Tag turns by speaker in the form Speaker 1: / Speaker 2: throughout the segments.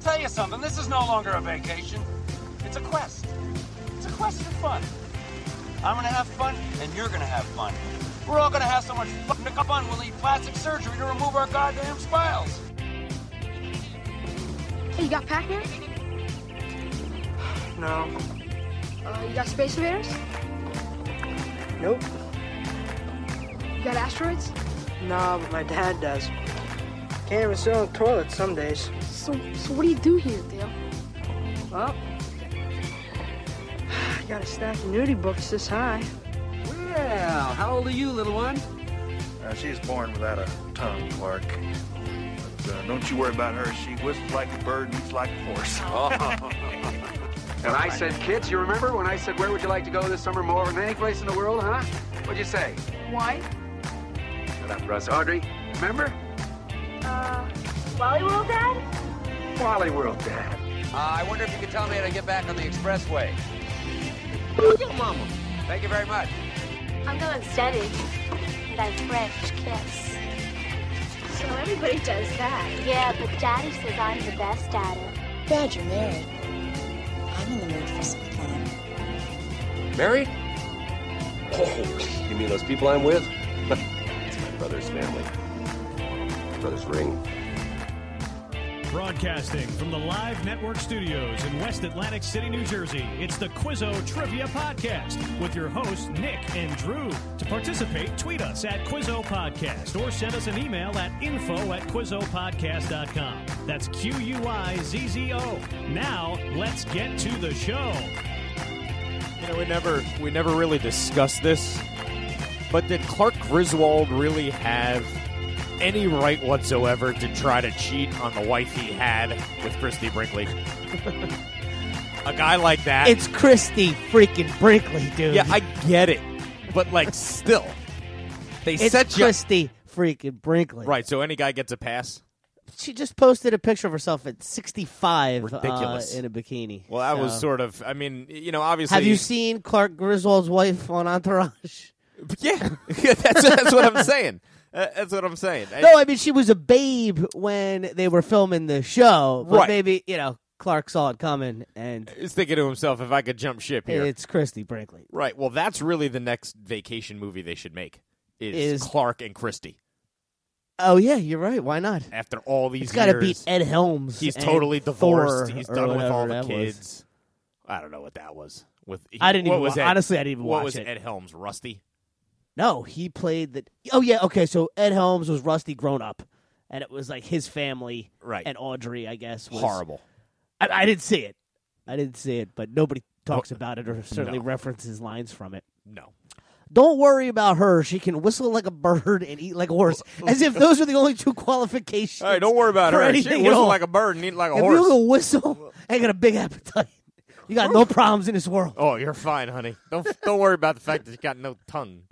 Speaker 1: tell you something. This is no longer a vacation. It's a quest. It's a quest for fun. I'm gonna have fun, and you're gonna have fun. We're all gonna have so much fucking fun. We'll need plastic surgery to remove our goddamn smiles.
Speaker 2: Hey, you got Pac-Man?
Speaker 1: No.
Speaker 2: Uh, you got Space Invaders?
Speaker 3: Nope.
Speaker 2: You got asteroids?
Speaker 3: Nah, but my dad does. Can't even sit on the toilet some days.
Speaker 2: So, so what do you do here, Dale?
Speaker 3: Well, I got a stack of nudie books this high.
Speaker 4: Well, how old are you, little one?
Speaker 5: Uh, she's born without a tongue, Clark. But, uh, don't you worry about her. She whistles like a bird and eats like a horse.
Speaker 4: And I said, kids, you remember when I said, where would you like to go this summer more than any place in the world, huh? What'd you say?
Speaker 2: Why?
Speaker 4: Shut up, Russ. Audrey, remember?
Speaker 2: Uh, Wally World, Dad?
Speaker 4: Wally World, Dad. Uh, I wonder if you could tell me how to get back on the expressway. Your mama. Thank you very much.
Speaker 6: I'm going steady. And I French kiss.
Speaker 2: So everybody does that.
Speaker 6: Yeah, but Daddy says I'm the best at it.
Speaker 7: Dad, you're married. I'm in the mood for some fun.
Speaker 8: Married? Oh, you mean those people I'm with? it's my brother's family. My brother's ring.
Speaker 9: Broadcasting from the Live Network studios in West Atlantic City, New Jersey, it's the Quizzo Trivia Podcast with your hosts, Nick and Drew. To participate, tweet us at Quizzo Podcast or send us an email at info at QuizzoPodcast.com. That's Q U I Z Z O. Now, let's get to the show.
Speaker 10: You know, we never we never really discussed this, but did Clark Griswold really have any right whatsoever to try to cheat on the wife he had with Christy Brinkley? A guy like that.
Speaker 11: It's Christy freaking Brinkley, dude.
Speaker 10: yeah, I get it, but like still, they
Speaker 11: it's
Speaker 10: set you
Speaker 11: Christy freaking Brinkley.
Speaker 10: right. So any guy gets a pass.
Speaker 11: She just posted a picture of herself at 65 uh,
Speaker 10: Ridiculous.
Speaker 11: in a bikini.
Speaker 10: Well, that was
Speaker 11: So-
Speaker 10: sort of. I mean, you know, obviously.
Speaker 11: Have you seen Clark Griswold's wife on Entourage?
Speaker 10: Yeah, yeah. That's that's what I'm saying. Uh, that's what I'm saying. I-
Speaker 11: No, I mean she was a babe when they were filming the show, but
Speaker 10: Right.
Speaker 11: maybe you know Clark saw it coming, and
Speaker 10: He's thinking to himself, if I could jump ship here.
Speaker 11: it's Christy Brinkley.
Speaker 10: right. Well, that's really the next vacation movie they should make is,
Speaker 11: Is-
Speaker 10: Clark and Christie.
Speaker 11: Oh yeah, you're right. Why not?
Speaker 10: After all these
Speaker 11: It's got to
Speaker 10: years,
Speaker 11: be Ed Helms.
Speaker 10: he's
Speaker 11: and
Speaker 10: totally divorced.
Speaker 11: Thor
Speaker 10: he's
Speaker 11: or
Speaker 10: done with all
Speaker 11: whatever
Speaker 10: the
Speaker 11: that was.
Speaker 10: kids. I don't know what that was. With
Speaker 11: I didn't
Speaker 10: what
Speaker 11: even
Speaker 10: was
Speaker 11: wa-
Speaker 10: Ed-
Speaker 11: honestly, I didn't even
Speaker 10: what
Speaker 11: watch
Speaker 10: was
Speaker 11: it.
Speaker 10: Ed Helms Rusty?
Speaker 11: No, he played the. Oh yeah, okay. So Ed Helms was Rusty grown up, and it was like his family,
Speaker 10: Right.
Speaker 11: And Audrey, I guess, was
Speaker 10: Horrible.
Speaker 11: I, I didn't see it. I didn't see it, but nobody talks about it or certainly
Speaker 10: no.
Speaker 11: references lines from it.
Speaker 10: No.
Speaker 11: Don't worry about her. She can whistle like a bird and eat like a horse, as if those are the only two qualifications.
Speaker 10: All right, don't worry about
Speaker 11: for
Speaker 10: her. She
Speaker 11: anything at
Speaker 10: whistle
Speaker 11: all.
Speaker 10: like a bird and eat like a
Speaker 11: if
Speaker 10: horse.
Speaker 11: you can whistle, I got a big appetite. You got no problems in this world.
Speaker 10: Oh, you're fine, honey. Don't don't worry about the fact that you got no tongue.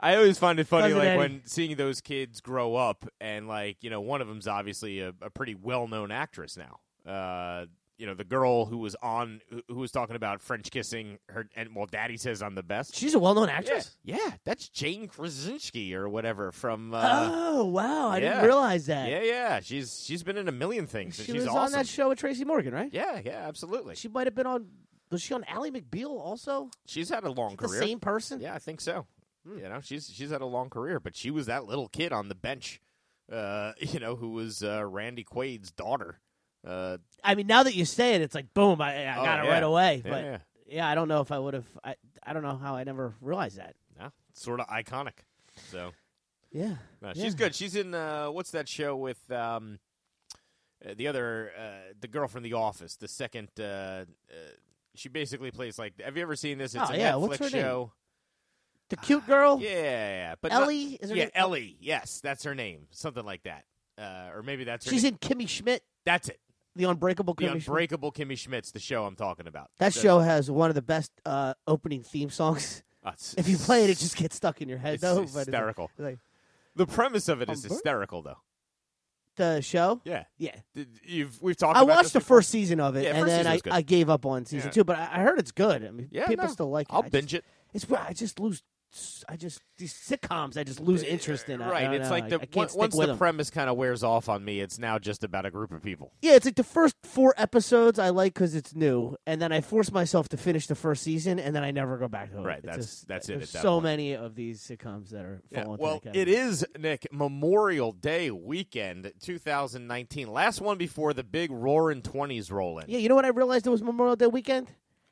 Speaker 10: I always find it funny,
Speaker 11: Cousin
Speaker 10: like
Speaker 11: Eddie.
Speaker 10: when seeing those kids grow up, and like you know, one of them's obviously a, a pretty well-known actress now. Uh, you know, the girl who was on, who, who was talking about French kissing her, and well, Daddy says I'm the best.
Speaker 11: She's a well-known
Speaker 10: yeah,
Speaker 11: actress.
Speaker 10: yeah, that's Jane Krasinski or whatever from. Uh,
Speaker 11: oh wow, I
Speaker 10: yeah.
Speaker 11: didn't realize that.
Speaker 10: Yeah, yeah, she's she's been in a million things. and
Speaker 11: she
Speaker 10: she's
Speaker 11: was on
Speaker 10: awesome.
Speaker 11: that show with Tracy Morgan, right?
Speaker 10: yeah, yeah, absolutely.
Speaker 11: She might have been on. Was she on Ally McBeal also?
Speaker 10: she's had a long
Speaker 11: The
Speaker 10: career.
Speaker 11: same person.
Speaker 10: Yeah, I think so.
Speaker 11: Hmm.
Speaker 10: You know, she's she's had a long career, but she was that little kid on the bench, uh, you know, who was uh, Randy Quaid's daughter. Uh,
Speaker 11: I mean, now that you say it, it's like boom, I, I
Speaker 10: Oh,
Speaker 11: got it
Speaker 10: yeah.
Speaker 11: right away.
Speaker 10: Yeah,
Speaker 11: But
Speaker 10: yeah.
Speaker 11: yeah. I don't know if I would have. I, I don't know how I never realized that.
Speaker 10: yeah, sort of iconic. So
Speaker 11: Yeah,
Speaker 10: no,
Speaker 11: Yeah.
Speaker 10: she's good. She's in uh, what's that show with um, uh, the other uh, the girl from The Office, the second. Uh, uh, she basically plays like. Have you ever seen this? It's
Speaker 11: Oh,
Speaker 10: a
Speaker 11: yeah,
Speaker 10: Netflix
Speaker 11: what's her name?
Speaker 10: show.
Speaker 11: the cute girl,
Speaker 10: Yeah, yeah, yeah, but not-
Speaker 11: Ellie. is her
Speaker 10: yeah,
Speaker 11: name?
Speaker 10: Ellie. Yes, that's her name. Something like that, uh, or maybe that's her.
Speaker 11: She's
Speaker 10: name.
Speaker 11: in Kimmy Schmidt,
Speaker 10: that's it.
Speaker 11: the Unbreakable
Speaker 10: The
Speaker 11: Kimmy. Schmidt.
Speaker 10: Unbreakable Kimmy Schmidt's the show I'm talking about.
Speaker 11: That
Speaker 10: The-
Speaker 11: show has one of the best uh, opening theme songs.
Speaker 10: uh, it's-
Speaker 11: If you play it, it just gets stuck in your head.
Speaker 10: It's
Speaker 11: though, but
Speaker 10: hysterical.
Speaker 11: It's like,
Speaker 10: the premise of it is
Speaker 11: Unbreak-
Speaker 10: hysterical, though.
Speaker 11: the show.
Speaker 10: Yeah,
Speaker 11: Yeah.
Speaker 10: Did- you've we've talked.
Speaker 11: I
Speaker 10: about
Speaker 11: watched the
Speaker 10: this
Speaker 11: first season of it,
Speaker 10: Yeah,
Speaker 11: and
Speaker 10: first
Speaker 11: then
Speaker 10: season
Speaker 11: I,
Speaker 10: was good.
Speaker 11: I gave up on season
Speaker 10: Yeah.
Speaker 11: two. But I, I heard it's good. I mean,
Speaker 10: before. Yeah,
Speaker 11: people
Speaker 10: no,
Speaker 11: still like it.
Speaker 10: I'll
Speaker 11: I just-
Speaker 10: binge it.
Speaker 11: It's where I just lose
Speaker 9: I just these sitcoms. I just lose interest in. I- I
Speaker 10: Uh, right.
Speaker 9: don't
Speaker 10: It's
Speaker 9: know.
Speaker 10: like
Speaker 9: I-
Speaker 10: the
Speaker 9: I can't
Speaker 10: on-
Speaker 9: stick
Speaker 10: once
Speaker 9: with
Speaker 10: the
Speaker 9: 'em.
Speaker 10: premise kind of wears off on me, it's now just about a group of people.
Speaker 9: Yeah, it's like the first four episodes I like because it's new, and then I force myself to finish the first season, and then I never go back to it.
Speaker 10: Right,
Speaker 9: It's
Speaker 10: that's-
Speaker 9: just-
Speaker 10: that's it
Speaker 9: There's
Speaker 10: at that
Speaker 9: so
Speaker 10: point.
Speaker 9: many of these sitcoms that are
Speaker 10: Yeah,
Speaker 9: falling. into
Speaker 10: well,
Speaker 9: that category.
Speaker 10: it is Nick Memorial Day weekend, 2019, last one before the big roaring twenties roll in.
Speaker 9: Yeah, you know what I realized it was Memorial Day weekend.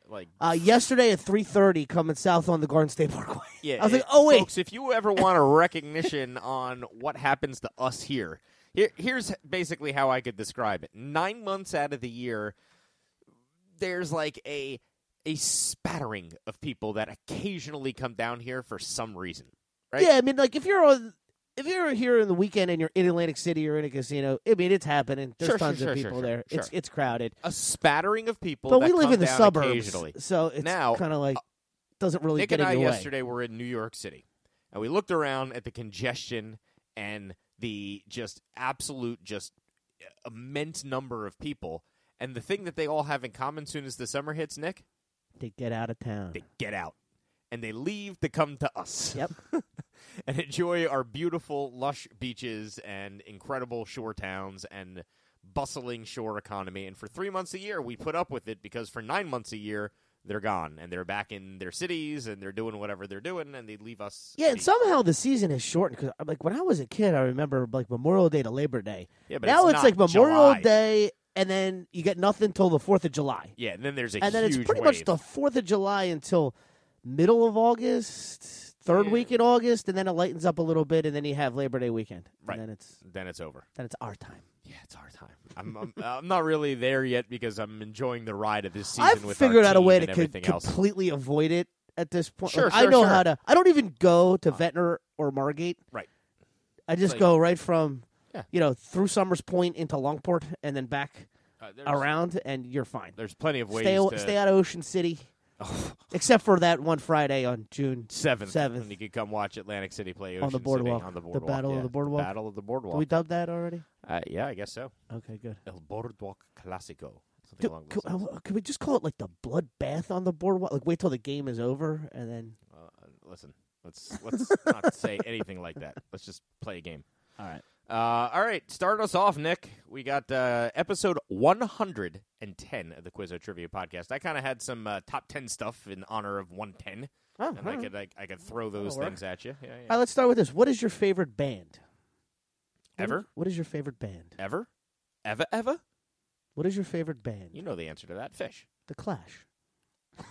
Speaker 10: Like,
Speaker 9: Uh, yesterday at three thirty, coming south on the Garden State Parkway.
Speaker 10: yeah,
Speaker 9: I was like,
Speaker 10: it-
Speaker 9: oh wait,
Speaker 10: folks, if you ever want a recognition on what happens to us here, here, here's basically how I could describe it: nine months out of the year, there's like a a spattering of people that occasionally come down here for some reason. Right?
Speaker 9: Yeah, I mean, like if you're on, if you're here in the weekend and you're in Atlantic City or in a casino, I mean, it's happening. There's
Speaker 10: Sure, sure,
Speaker 9: tons
Speaker 10: sure,
Speaker 9: of
Speaker 10: sure,
Speaker 9: people
Speaker 10: sure,
Speaker 9: there. It's
Speaker 10: sure.
Speaker 9: it's crowded.
Speaker 10: a spattering of people.
Speaker 9: But
Speaker 10: that
Speaker 9: we live
Speaker 10: come
Speaker 9: in the
Speaker 10: down
Speaker 9: suburbs,
Speaker 10: occasionally.
Speaker 9: so it's
Speaker 10: now uh,
Speaker 9: kinda like doesn't really
Speaker 10: Nick
Speaker 9: get
Speaker 10: and
Speaker 9: in
Speaker 10: I
Speaker 9: your way.
Speaker 10: yesterday were in New York City, and we looked around at the congestion and the just absolute, just immense number of people. And the thing that they all have in common soon as the summer hits, Nick,
Speaker 9: They get out of town.
Speaker 10: they get out and they leave to come to us.
Speaker 9: Yep.
Speaker 10: and enjoy our beautiful, lush beaches and incredible shore towns and bustling shore economy. And for three months a year, we put up with it because for nine months a year, they're gone and they're back in their cities and they're doing whatever they're doing and they leave us.
Speaker 9: Yeah, and somehow the season is shortened because, like, when I was a kid, I remember like Memorial Day to Labor Day.
Speaker 10: Yeah, but
Speaker 9: now
Speaker 10: it's
Speaker 9: it's,
Speaker 10: not
Speaker 9: like Memorial
Speaker 10: July.
Speaker 9: Day, and then you get nothing till the Fourth of July,
Speaker 10: Yeah, and then there's a
Speaker 9: and then
Speaker 10: huge
Speaker 9: it's pretty much
Speaker 10: wave.
Speaker 9: the Fourth of July until middle of August, third week in August, and then it lightens up a little bit, and then you have Labor Day weekend,
Speaker 10: Right.
Speaker 9: and then it's
Speaker 10: then it's over.
Speaker 9: then it's our time.
Speaker 10: Yeah, it's our time. I'm, I'm, I'm not really there yet because I'm enjoying the ride of this season.
Speaker 9: I've
Speaker 10: with our
Speaker 9: figured out a
Speaker 10: team
Speaker 9: way
Speaker 10: and
Speaker 9: to co-
Speaker 10: everything else.
Speaker 9: completely avoid it at this point.
Speaker 10: Sure,
Speaker 9: Like, I
Speaker 10: sure,
Speaker 9: know
Speaker 10: sure. Uh,
Speaker 9: how to. I don't even go to Ventnor or Margate.
Speaker 10: Right.
Speaker 9: I just
Speaker 10: like-
Speaker 9: go right from,
Speaker 10: Yeah.
Speaker 9: you know, through Summers Point into Longport and then back
Speaker 10: Uh, there's-
Speaker 9: around, and you're fine.
Speaker 10: There's plenty of ways
Speaker 9: Stay, aw-
Speaker 10: to Oh.
Speaker 9: stay out of Ocean City, except for that one Friday on June
Speaker 10: seventh.
Speaker 9: Seventh
Speaker 10: and you could come watch Atlantic City play Ocean
Speaker 9: on the
Speaker 10: City
Speaker 9: boardwalk.
Speaker 10: on the boardwalk.
Speaker 9: Battle
Speaker 10: yeah.
Speaker 9: of the Boardwalk.
Speaker 10: Battle of the Boardwalk.
Speaker 9: Did we dub that already?
Speaker 10: Uh, yeah, I guess so.
Speaker 9: Okay, good.
Speaker 10: El Boardwalk Clásico. Something
Speaker 9: Do-
Speaker 10: along
Speaker 9: could,
Speaker 10: those lines.
Speaker 9: uh, could we just call it like the bloodbath on the boardwalk? Like wait till the game is over and then.
Speaker 10: Uh, listen, let's let's not say anything like that. Let's just play a game.
Speaker 9: All right.
Speaker 10: Uh, all right, start us off, Nick. We got uh, episode 110 of the Quizzo Trivia Podcast. I kind of had some uh, top 10 stuff in honor of 110,
Speaker 9: Oh,
Speaker 10: and I
Speaker 9: alright.
Speaker 10: could I, I could throw those
Speaker 9: work. Uh,
Speaker 10: things at you. Yeah,
Speaker 9: All right,
Speaker 10: yeah.
Speaker 9: let's start with this. What is your favorite band? What is-
Speaker 10: Ever?
Speaker 9: what is your favorite band?
Speaker 10: Ever, ever, ever.
Speaker 9: What is your favorite band?
Speaker 10: You know the answer to that. Fish.
Speaker 9: The Clash.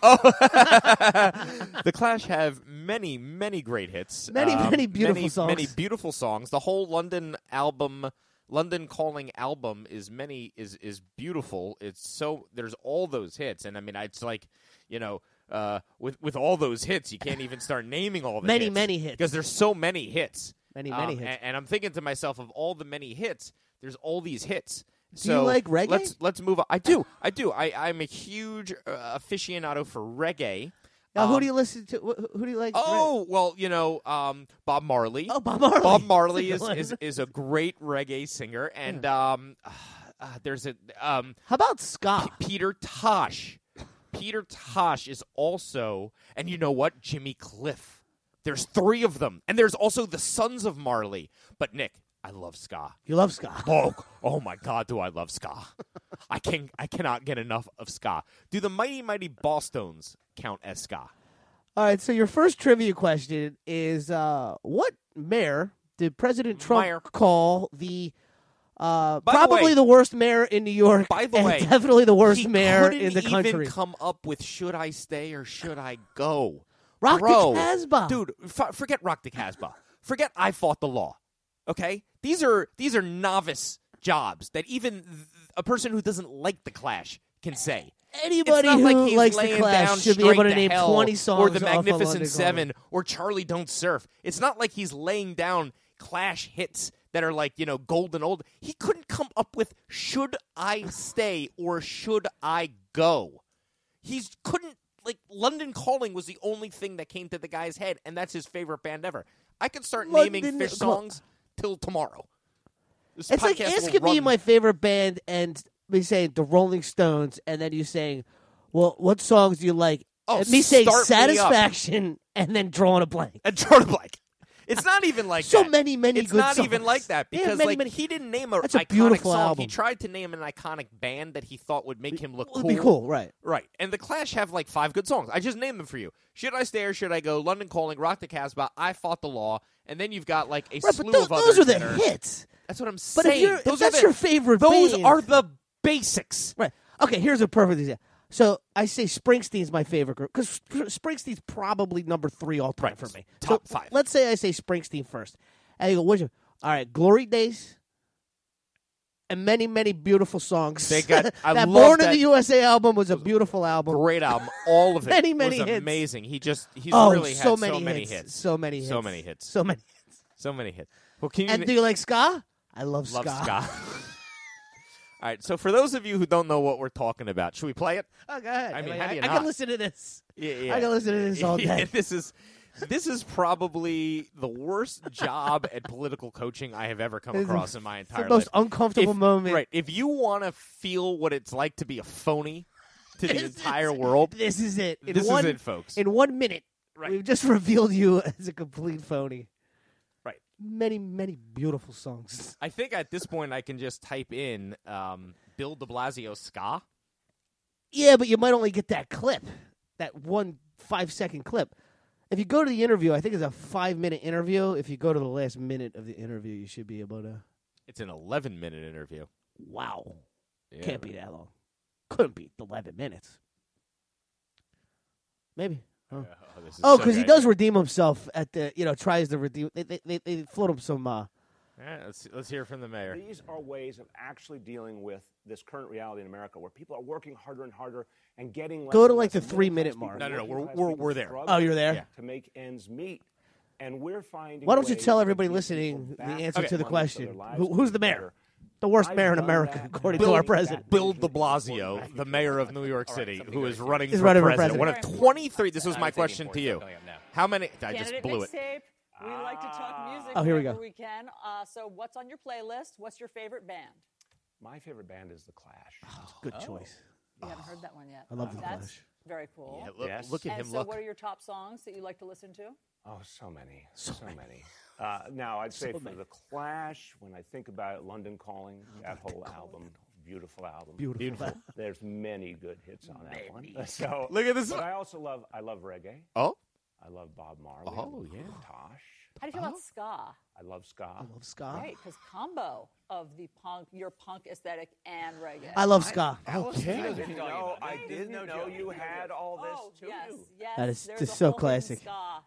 Speaker 10: Oh, the Clash have many, many great hits. um,
Speaker 9: Many, many beautiful
Speaker 10: many-
Speaker 9: songs.
Speaker 10: Many beautiful songs. The whole London album, London Calling album, is many is is beautiful. It's so there's all those hits, and I mean, it's like you know. Uh, with with all those hits, you can't even start naming all the
Speaker 9: Many,
Speaker 10: hits
Speaker 9: many hits.
Speaker 10: because there's so many hits,
Speaker 9: Many, many
Speaker 10: Um,
Speaker 9: hits.
Speaker 10: And, and I'm thinking to myself, of all the many hits, there's all these hits.
Speaker 9: Do you like reggae?
Speaker 10: Let's let's move on. I do, I do. I I'm a huge uh, aficionado for reggae.
Speaker 9: Now, who
Speaker 10: Um,
Speaker 9: do you listen to? Wh- Who do you like?
Speaker 10: Oh well, you know, um, Bob Marley.
Speaker 9: Oh, Bob Marley.
Speaker 10: Bob Marley is,
Speaker 9: That's a good
Speaker 10: is
Speaker 9: one.
Speaker 10: is a great reggae singer, and um, uh, there's a um,
Speaker 9: How about ska?
Speaker 10: Peter Tosh. Peter Tosh is also, and you know what? Jimmy Cliff. There's three of them, and there's also the Sons of Marley. But Nick, I love ska.
Speaker 9: You love ska.
Speaker 10: Oh, oh my God, do I love ska? I can I cannot get enough of ska. Do the mighty mighty Ballstones count as ska?
Speaker 9: All right. So your first trivia question is: uh, What mayor did President Trump
Speaker 10: Mayor.
Speaker 9: call the? Uh,
Speaker 10: By the
Speaker 9: probably
Speaker 10: way-
Speaker 9: the worst mayor in New York.
Speaker 10: By the
Speaker 9: and
Speaker 10: way,
Speaker 9: definitely the worst
Speaker 10: he
Speaker 9: mayor
Speaker 10: couldn't
Speaker 9: in the
Speaker 10: even
Speaker 9: country.
Speaker 10: Come up with should I stay or should I go?
Speaker 9: Rock the
Speaker 10: Bro,
Speaker 9: Casbah.
Speaker 10: dude. F- forget Rock the Casbah. forget I fought the law. Okay, these are these are novice jobs that even th- a person who doesn't like the Clash can say. it's
Speaker 9: Anybody
Speaker 10: not
Speaker 9: who
Speaker 10: like he's
Speaker 9: likes the
Speaker 10: laying down
Speaker 9: Clash should be
Speaker 10: straight
Speaker 9: able to name
Speaker 10: hell,
Speaker 9: twenty songs
Speaker 10: or the
Speaker 9: off of London
Speaker 10: Magnificent
Speaker 9: Calling.
Speaker 10: Seven or Charlie Don't Surf. It's not like he's laying down Clash hits that are like you know golden old. He couldn't come up with should I stay or should I go. He's couldn't like London Calling was the only thing that came to the guy's head, and that's his favorite band ever. I could start naming
Speaker 9: London
Speaker 10: fish
Speaker 9: Call-
Speaker 10: songs till tomorrow. This
Speaker 9: It's like
Speaker 10: podcast will
Speaker 9: asking me
Speaker 10: run
Speaker 9: my favorite band and me saying the Rolling Stones, and then you saying, "Well, what songs do you like?"
Speaker 10: Oh,
Speaker 9: At me saying
Speaker 10: start me up.
Speaker 9: satisfaction and then drawing a blank.
Speaker 10: And drawing a blank. It's not even like
Speaker 9: so
Speaker 10: that.
Speaker 9: many, many.
Speaker 10: It's
Speaker 9: good
Speaker 10: not
Speaker 9: songs.
Speaker 10: even like that
Speaker 9: Yeah,
Speaker 10: because
Speaker 9: many,
Speaker 10: like
Speaker 9: many-
Speaker 10: he didn't name a
Speaker 9: That's a
Speaker 10: iconic
Speaker 9: beautiful
Speaker 10: song. He
Speaker 9: album.
Speaker 10: tried to name an iconic band that he thought would make him look
Speaker 9: Would
Speaker 10: cool.
Speaker 9: be cool, right.
Speaker 10: Right. And the Clash have like five good songs. I just named them for you. Should I stay or should I go? London Calling, Rock the Casbah, I Fought the Law, and then you've got like a
Speaker 9: Right,
Speaker 10: slew
Speaker 9: but tho-
Speaker 10: of
Speaker 9: those are
Speaker 10: others
Speaker 9: the
Speaker 10: that
Speaker 9: hits.
Speaker 10: That's what I'm
Speaker 9: But if,
Speaker 10: saying.
Speaker 9: you're, if
Speaker 10: those are
Speaker 9: that's
Speaker 10: the,
Speaker 9: your favorite,
Speaker 10: Those
Speaker 9: band-
Speaker 10: are the basics.
Speaker 9: Right. Okay. Here's a perfect example. So I say Springsteen's my favorite group because Springsteen's probably number three all time for me. Top five. Let's say I say Springsteen first, and you go, "What's your all right?" Glory Days, and many, many beautiful songs.
Speaker 10: They got- I
Speaker 9: that
Speaker 10: love
Speaker 9: Born
Speaker 10: that-
Speaker 9: in the USA album was a beautiful album.
Speaker 10: Great album. All of it
Speaker 9: Many, many
Speaker 10: was
Speaker 9: hits.
Speaker 10: amazing. He just he's
Speaker 9: oh,
Speaker 10: really had
Speaker 9: so
Speaker 10: so
Speaker 9: many,
Speaker 10: many
Speaker 9: hits,
Speaker 10: hits.
Speaker 9: so many,
Speaker 10: So
Speaker 9: hits.
Speaker 10: many hits.
Speaker 9: so many.
Speaker 10: So many hits. Well, can you
Speaker 9: And do you like ska? I love ska.
Speaker 10: Love ska. All right. So for those of you who don't know what we're talking about, should we play it?
Speaker 9: Oh, go ahead.
Speaker 10: I mean,
Speaker 9: Like,
Speaker 10: how do
Speaker 9: I,
Speaker 10: you
Speaker 9: I
Speaker 10: not?
Speaker 9: can listen to this.
Speaker 10: Yeah, yeah.
Speaker 9: I can listen to this all
Speaker 10: Yeah,
Speaker 9: day.
Speaker 10: this is this is probably the worst job at political coaching I have ever come
Speaker 9: It's the-
Speaker 10: across in my
Speaker 9: it's
Speaker 10: entire
Speaker 9: the most
Speaker 10: life.
Speaker 9: uncomfortable
Speaker 10: If-
Speaker 9: moment.
Speaker 10: Right. If you want to feel what it's like to be a phony to the entire world,
Speaker 9: This is it. In
Speaker 10: this
Speaker 9: one-
Speaker 10: is it, folks.
Speaker 9: In one minute, we've just revealed you as a complete phony.
Speaker 10: Right.
Speaker 9: Many, many beautiful songs.
Speaker 10: I think at this point I can just type in um, Bill De Blasio ska.
Speaker 9: Yeah, but you might only get that clip, that one five second clip. If you go to the interview, I think it's a five minute interview. If you go to the last minute of the interview, you should be able to.
Speaker 10: It's an 11 minute interview.
Speaker 9: Wow.
Speaker 10: Yeah.
Speaker 9: Can't be that long. Couldn't be 11 minutes. Maybe. Huh.
Speaker 10: Oh, this is
Speaker 9: Oh,
Speaker 10: so
Speaker 9: because he
Speaker 10: good.
Speaker 9: does redeem himself at the, you know, tries to redeem. They, they, they, they float him some. Uh,
Speaker 10: All right, let's let's hear from the mayor.
Speaker 5: These are ways of actually dealing with this current reality in America where people are working harder and harder and getting less
Speaker 9: Go to,
Speaker 5: and
Speaker 9: like,
Speaker 5: less
Speaker 9: the
Speaker 5: and middle
Speaker 9: three-minute
Speaker 5: class
Speaker 9: mark.
Speaker 5: people,
Speaker 9: No, no, no,
Speaker 5: working
Speaker 9: we're-
Speaker 5: class
Speaker 9: we're-
Speaker 5: people
Speaker 9: we're there.
Speaker 5: struggle
Speaker 9: Oh, you're there? Yeah.
Speaker 5: To make ends meet. And we're finding
Speaker 9: why don't you
Speaker 5: ways
Speaker 9: tell
Speaker 5: to
Speaker 9: everybody
Speaker 5: keep people
Speaker 9: listening the
Speaker 5: back
Speaker 9: answer
Speaker 5: among
Speaker 9: to the
Speaker 5: each other,
Speaker 9: question?
Speaker 5: lives
Speaker 9: Who, who's the mayor? The worst
Speaker 5: I've
Speaker 9: mayor in
Speaker 5: done
Speaker 9: America,
Speaker 5: that.
Speaker 9: according
Speaker 10: Bill-
Speaker 9: to our president.
Speaker 10: Bill de Blasio, the mayor of New York City, who is running
Speaker 9: He's
Speaker 10: for
Speaker 9: running for
Speaker 10: president. One of
Speaker 9: president.
Speaker 10: 23. This was
Speaker 7: I'm
Speaker 10: my
Speaker 7: thinking
Speaker 10: question to
Speaker 7: more
Speaker 10: you.
Speaker 7: stuff going up now.
Speaker 10: How many? I just
Speaker 7: Candidate
Speaker 10: blew it.
Speaker 7: mixtape. We like to talk music
Speaker 10: Oh, here we
Speaker 7: whenever
Speaker 10: go.
Speaker 7: we can. Uh, so, what's on your playlist? What's your favorite band?
Speaker 5: My favorite band is The Clash.
Speaker 9: Good choice.
Speaker 7: You haven't heard that one yet.
Speaker 5: I love The
Speaker 7: That's
Speaker 5: Clash.
Speaker 7: Very cool.
Speaker 5: Yeah, look- Yes. look at
Speaker 7: and
Speaker 5: him,
Speaker 7: So,
Speaker 5: look.
Speaker 7: what are your top songs that you like to listen to?
Speaker 5: Oh, so many. So, many. Uh, now, I'd say for The Clash, when I think about it, London Calling, that whole album, beautiful album.
Speaker 9: Beautiful. Beautiful.
Speaker 5: There's many good hits on that one. So
Speaker 10: Look at this
Speaker 5: But
Speaker 10: one.
Speaker 5: I also love, I love reggae.
Speaker 10: Oh.
Speaker 5: I love Bob Marley. I
Speaker 10: Oh,
Speaker 5: love
Speaker 10: yeah.
Speaker 5: Tosh.
Speaker 7: How do you feel
Speaker 9: Oh.
Speaker 7: about ska?
Speaker 5: I love ska. I
Speaker 9: love ska.
Speaker 7: Right, because combo of the punk, your punk aesthetic and reggae.
Speaker 9: I love ska. Okay.
Speaker 5: I didn't know, I didn't know you had all this too.
Speaker 7: Yes, Oh, yes.
Speaker 9: That is
Speaker 7: there's
Speaker 9: just
Speaker 7: a
Speaker 9: so
Speaker 7: whole hidden
Speaker 9: classic.
Speaker 7: ska.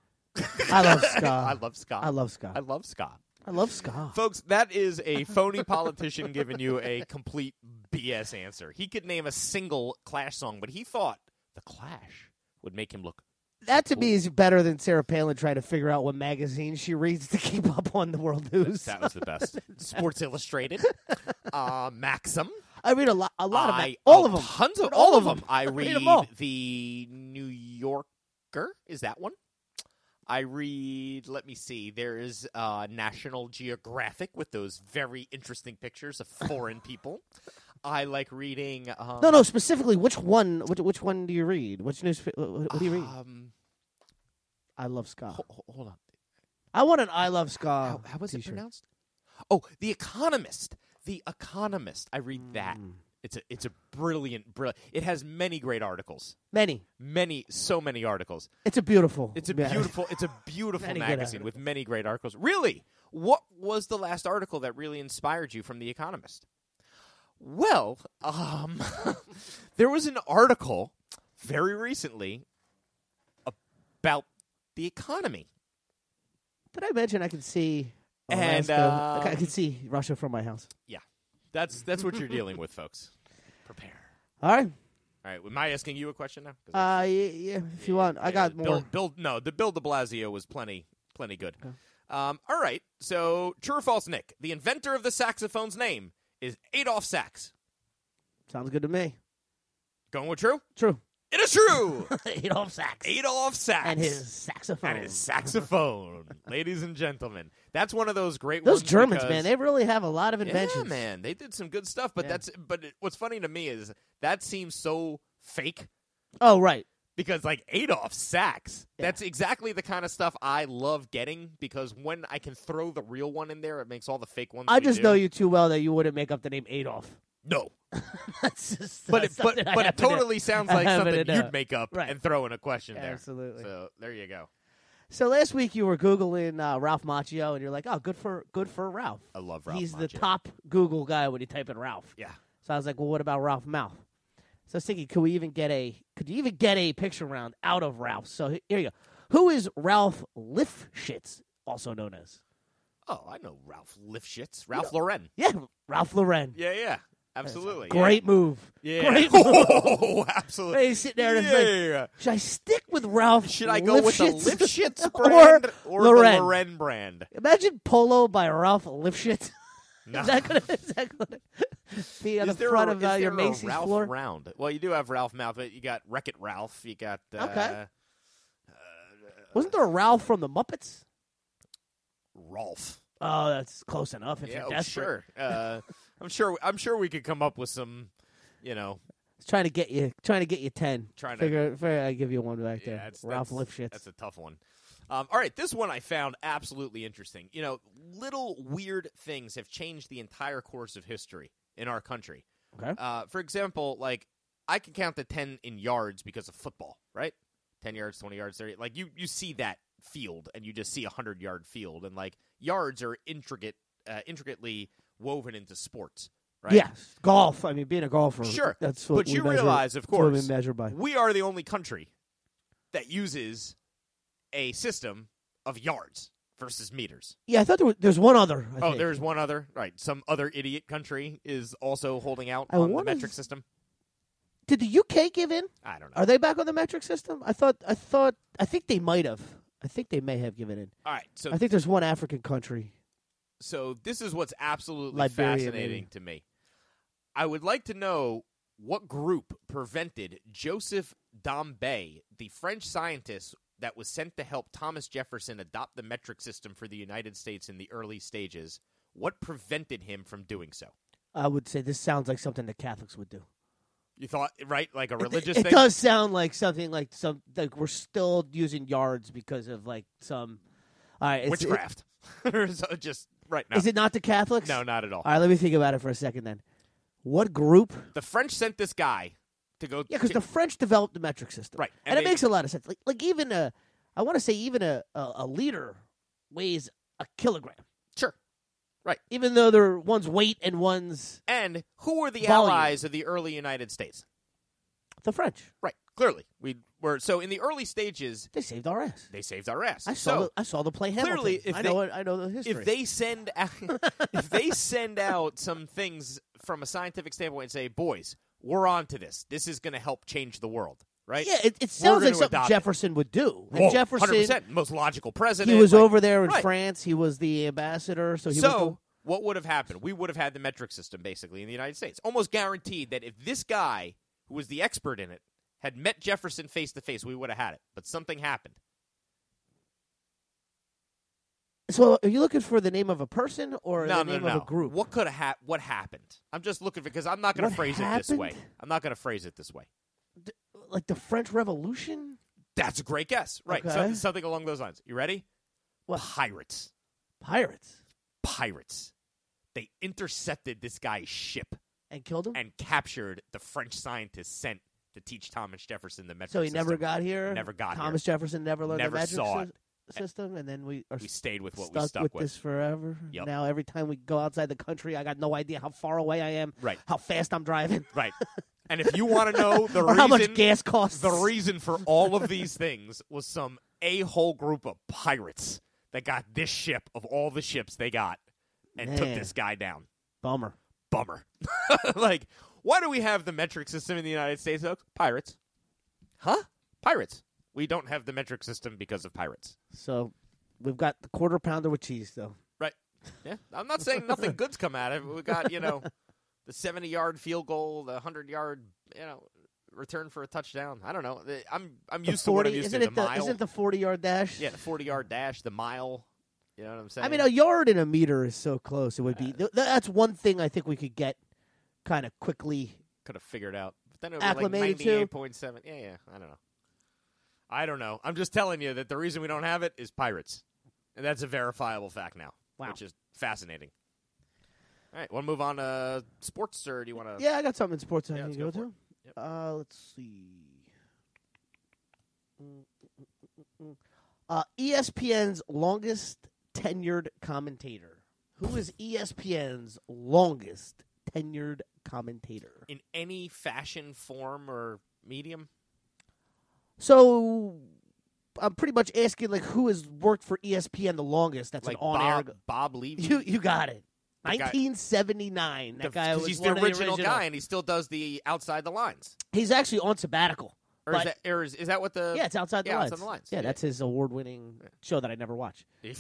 Speaker 9: I love ska.
Speaker 10: I love ska.
Speaker 9: I love ska.
Speaker 10: I love ska.
Speaker 9: I love ska.
Speaker 10: Folks, that is a phony politician giving you a complete BS answer. He could name a single Clash song, but he thought the Clash would make him look.
Speaker 9: That to me is better than Sarah Palin trying to figure out what magazine she reads to keep up on the world news.
Speaker 10: That was the best. Sports Illustrated, uh, Maxim.
Speaker 9: I read a lot, a lot of
Speaker 10: I-
Speaker 9: mag- all
Speaker 10: oh,
Speaker 9: of them,
Speaker 10: tons of
Speaker 9: But
Speaker 10: all, of them. I
Speaker 9: read
Speaker 10: read
Speaker 9: 'em all.
Speaker 10: the New Yorker. Is that one? I read. Let me see. There is uh, National Geographic with those very interesting pictures of foreign people. I like reading. Um,
Speaker 9: No, no, specifically, which one? Which, which one do you read? Which news? What, what do you read?
Speaker 10: Um,
Speaker 9: I love ska.
Speaker 10: hold on.
Speaker 9: I want an I love ska. How,
Speaker 10: was it pronounced? Oh, The Economist. The Economist. I read that.
Speaker 9: Mm.
Speaker 10: It's a it's a brilliant, brilliant. It has many great articles.
Speaker 9: Many.
Speaker 10: Many, so many articles.
Speaker 9: It's a beautiful.
Speaker 10: It's a
Speaker 9: Yeah.
Speaker 10: beautiful. It's a beautiful
Speaker 9: Many good
Speaker 10: magazine with many great articles. Really, what was the last article that really inspired you from The Economist? Well, um, there was an article very recently about the economy.
Speaker 9: Did I mention I can see?
Speaker 10: And,
Speaker 9: Alaska? Like, I
Speaker 10: um,
Speaker 9: can see Russia from my house.
Speaker 10: Yeah, that's that's what you're dealing with, folks. Prepare.
Speaker 9: All right.
Speaker 10: All right, am I asking you a question now? 'Cause I-
Speaker 9: Uh, yeah, yeah if you want, I got more.
Speaker 10: Bill, Bill, no, the Bill De Blasio was plenty, plenty good. Um, all right, so true or false, Nick? The inventor of the saxophone's name is Adolph Sax.
Speaker 9: Sounds good to me.
Speaker 10: Going with true?
Speaker 9: True.
Speaker 10: It is true.
Speaker 9: Adolph Sax.
Speaker 10: Adolph Sax.
Speaker 9: And his saxophone.
Speaker 10: And his saxophone, ladies and gentlemen. That's one of those great.
Speaker 9: Those
Speaker 10: ones
Speaker 9: Germans,
Speaker 10: because-
Speaker 9: man, they really have a lot of inventions.
Speaker 10: Yeah, man, they did some good stuff. But that's but it, what's funny to me is that seems so fake.
Speaker 9: Oh, right.
Speaker 10: because like Adolf Sachs. That's exactly the kind of stuff I love getting because when I can throw the real one in there, it makes all the fake ones.
Speaker 9: I
Speaker 10: we
Speaker 9: just
Speaker 10: do.
Speaker 9: know you too well that you wouldn't make up the name Adolf.
Speaker 10: No.
Speaker 9: that's just
Speaker 10: but it,
Speaker 9: that's
Speaker 10: but,
Speaker 9: something I
Speaker 10: but it
Speaker 9: happen to-
Speaker 10: totally sounds
Speaker 9: I
Speaker 10: like
Speaker 9: happen to
Speaker 10: something
Speaker 9: know.
Speaker 10: you'd make up and throw in a question there. Absolutely. So there you go.
Speaker 9: So last week you were googling uh, Ralph Macchio, and you're like, "Oh, good for good for Ralph."
Speaker 10: I love Ralph
Speaker 9: He's the
Speaker 10: Macchio.
Speaker 9: top Google guy when you type in Ralph.
Speaker 10: Yeah.
Speaker 9: So I was like, "Well, what about Ralph Mouth?" So I was thinking, could we even get a could you even get a picture round out of Ralph? So he- here you go. Who is Ralph Lifshitz, also known as?
Speaker 10: Oh, I know Ralph Lifshitz, Ralph Lauren.
Speaker 9: Yeah, Ralph Lauren.
Speaker 10: Yeah, yeah, absolutely. yeah.
Speaker 9: Great move.
Speaker 10: Yeah.
Speaker 9: Great move.
Speaker 10: Oh, absolutely.
Speaker 9: Hey, he's sitting there and it's
Speaker 10: Yeah.
Speaker 9: like, should I stick with Ralph?
Speaker 10: Should I go with the Lifshitz brand or the Lauren brand?
Speaker 9: Imagine Polo by Ralph Lifshitz.
Speaker 10: No.
Speaker 9: is that gonna, is that gonna be on
Speaker 10: Is
Speaker 9: the
Speaker 10: there
Speaker 9: front
Speaker 10: a,
Speaker 9: of uh,
Speaker 10: is
Speaker 9: your
Speaker 10: there a
Speaker 9: Macy's
Speaker 10: Ralph
Speaker 9: floor?
Speaker 10: Round. Well, you do have Ralph Mouth, but you got Wreck It Ralph. You got uh,
Speaker 9: Okay. Wasn't there a Ralph from the Muppets?
Speaker 10: Rolf.
Speaker 9: Oh, that's close enough. If
Speaker 10: yeah,
Speaker 9: you're
Speaker 10: oh,
Speaker 9: desperate,
Speaker 10: sure. Uh, I'm sure. I'm sure we could come up with some. You know,
Speaker 9: It's trying to get you, trying to get you ten.
Speaker 10: Trying to-
Speaker 9: figure, figure I give you one back there.
Speaker 10: that's,
Speaker 9: Ralph
Speaker 10: that's,
Speaker 9: Lifshitz.
Speaker 10: That's a tough one. Um, all right, this one I found absolutely interesting. You know, little weird things have changed the entire course of history in our country.
Speaker 9: Okay.
Speaker 10: Uh, for example, like I can count to ten in yards because of football, right? Ten yards, twenty yards, thirty. Like you, you see that field, and you just see a hundred yard field, and like yards are intricate, uh, intricately woven into sports, right?
Speaker 9: Yes, golf. I mean, being a golfer.
Speaker 10: Sure,
Speaker 9: That's what
Speaker 10: but
Speaker 9: we
Speaker 10: you
Speaker 9: measure-
Speaker 10: realize, of
Speaker 9: that's what we
Speaker 10: course,
Speaker 9: measure by.
Speaker 10: we are the only country that uses a system of yards versus meters.
Speaker 9: Yeah, I thought there was, there's one other. I
Speaker 10: oh,
Speaker 9: think.
Speaker 10: there's one other. Right, some other idiot country is also holding out
Speaker 9: I
Speaker 10: on the
Speaker 9: wanna
Speaker 10: metric
Speaker 9: s-
Speaker 10: system.
Speaker 9: Did the UK give in?
Speaker 10: I don't know.
Speaker 9: Are they back on the metric system? I thought. I thought. I think they might have. I think they may have given in.
Speaker 10: All right, so-
Speaker 9: I think there's one African country.
Speaker 10: So this is what's absolutely
Speaker 9: Liberia,
Speaker 10: fascinating
Speaker 9: maybe.
Speaker 10: to me. I would like to know what group prevented Joseph Dombey, the French scientist that was sent to help Thomas Jefferson adopt the metric system for the United States in the early stages. What prevented him from doing so?
Speaker 9: I would say this sounds like something the Catholics would do.
Speaker 10: You thought, right? Like a
Speaker 9: It-
Speaker 10: religious
Speaker 9: it,
Speaker 10: thing?
Speaker 9: does sound like something like some like we're still using yards because of like some. All right, it's- it-
Speaker 10: Witchcraft. Or so just right now.
Speaker 9: Is it not the Catholics?
Speaker 10: No, not at all.
Speaker 9: All right, let me think about it for a second then. What group?
Speaker 10: The French sent this guy to go.
Speaker 9: Yeah, because the French developed the metric system,
Speaker 10: Right,
Speaker 9: And,
Speaker 10: and
Speaker 9: it
Speaker 10: they-
Speaker 9: makes a lot of sense. Like, like even a, I want to say even a, a a liter weighs a kilogram.
Speaker 10: Sure, right.
Speaker 9: Even though they're one's weight and one's
Speaker 10: and who were the
Speaker 9: volume.
Speaker 10: allies of the early United States?
Speaker 9: The French,
Speaker 10: right? Clearly, we were so in the early stages.
Speaker 9: They saved our ass.
Speaker 10: They saved our ass.
Speaker 9: I saw
Speaker 10: So,
Speaker 9: the, I saw the play Hamilton.
Speaker 10: clearly, if
Speaker 9: I
Speaker 10: they,
Speaker 9: know it- I know the history.
Speaker 10: If they send out, if they send out some things from a scientific standpoint and say, "Boys, we're on to this. This is going to help change the world." Right?
Speaker 9: yeah, it,
Speaker 10: We're
Speaker 9: it sounds
Speaker 10: gonna
Speaker 9: like something
Speaker 10: adopt it.
Speaker 9: Jefferson would do. And
Speaker 10: Whoa,
Speaker 9: Jefferson,
Speaker 10: 100%, most logical president.
Speaker 9: he was
Speaker 10: like-
Speaker 9: over there in
Speaker 10: Right.
Speaker 9: France. He was the ambassador, so he was the
Speaker 10: so what would have happened? We would have had the metric system basically in the United States. Almost guaranteed that if this guy, who was the expert in it, had met Jefferson face to face, we would have had it. But something happened.
Speaker 9: So are you looking for the name of a person or
Speaker 10: no,
Speaker 9: the
Speaker 10: no,
Speaker 9: name
Speaker 10: no.
Speaker 9: of a group?
Speaker 10: What could have hap- what happened? I'm just looking because I'm not going to
Speaker 9: What
Speaker 10: phrase it this way. I'm not going to phrase it this way.
Speaker 9: Like the French Revolution?
Speaker 10: That's a great guess, right?
Speaker 9: Okay.
Speaker 10: Something, something along those lines. You ready?
Speaker 9: What?
Speaker 10: Pirates.
Speaker 9: Pirates.
Speaker 10: Pirates. They intercepted this guy's ship
Speaker 9: and killed him
Speaker 10: and captured the French scientist sent to teach Thomas Jefferson the metric.
Speaker 9: So he
Speaker 10: system.
Speaker 9: never got here?
Speaker 10: Never got
Speaker 9: Thomas
Speaker 10: here.
Speaker 9: Jefferson never learned
Speaker 10: Never
Speaker 9: the magic
Speaker 10: saw
Speaker 9: sys-
Speaker 10: it.
Speaker 9: system, and then we are
Speaker 10: We stayed with what
Speaker 9: stuck
Speaker 10: we stuck
Speaker 9: with, this forever.
Speaker 10: Yep.
Speaker 9: Now every time we go outside the country, I got no idea how far away I am,
Speaker 10: Right.
Speaker 9: how fast I'm driving.
Speaker 10: Right. And if you want to know the
Speaker 9: Or
Speaker 10: reason,
Speaker 9: how much gas costs.
Speaker 10: the reason for all of these things was some a-hole group of pirates that got this ship of all the ships they got and took
Speaker 9: Man.
Speaker 10: this guy down.
Speaker 9: Bummer.
Speaker 10: Bummer. like, why do we have the metric system in the United States, folks? Pirates, huh? Pirates. We don't have the metric system because of pirates.
Speaker 9: So we've got the quarter pounder with cheese, though.
Speaker 10: Right. Yeah. I'm not saying nothing good's come out of it. We got, you know, the 70 yard field goal, the 100 yard, you know, return for a touchdown. I don't know. The- I'm I'm
Speaker 9: The
Speaker 10: used to what I'm used
Speaker 9: isn't
Speaker 10: to.
Speaker 9: it
Speaker 10: the mile.
Speaker 9: isn't the forty yard dash?
Speaker 10: yeah, the 40 yard dash, the mile. You know what I'm saying?
Speaker 9: I mean, a yard and a meter is so close. It would
Speaker 10: Uh,
Speaker 9: be th- that's one thing I think we could get kind of quickly
Speaker 10: could have figured out. But then it would be like
Speaker 9: acclimated to.
Speaker 10: 98.7. Yeah, yeah. I don't know. I don't know. I'm just telling you that the reason we don't have it is pirates. And that's a verifiable fact now,
Speaker 9: Wow.
Speaker 10: which is fascinating. All right, want to move on to sports, or do you want to?
Speaker 9: Yeah, I got something in sports I need to go, to. Uh, let's see. Uh, ESPN's longest tenured commentator. Who is E ESPN's longest tenured commentator?
Speaker 10: In any fashion, form, or medium?
Speaker 9: So I'm pretty much asking like who has worked for E ESPN the longest? That's
Speaker 10: like
Speaker 9: an on-air.
Speaker 10: Bob,
Speaker 9: go-
Speaker 10: Bob Levy.
Speaker 9: You you got it.
Speaker 10: The guy-
Speaker 9: 1979. That guy
Speaker 10: 'cause
Speaker 9: was
Speaker 10: he's
Speaker 9: one
Speaker 10: the
Speaker 9: of
Speaker 10: original, guy, and he still does the outside the lines.
Speaker 9: He's actually on sabbatical.
Speaker 10: Or is
Speaker 9: but-
Speaker 10: that, or is, is that what the?
Speaker 9: yeah, it's outside the
Speaker 10: yeah,
Speaker 9: lines.
Speaker 10: Outside the lines.
Speaker 9: Yeah, that's his award-winning show that I never watch.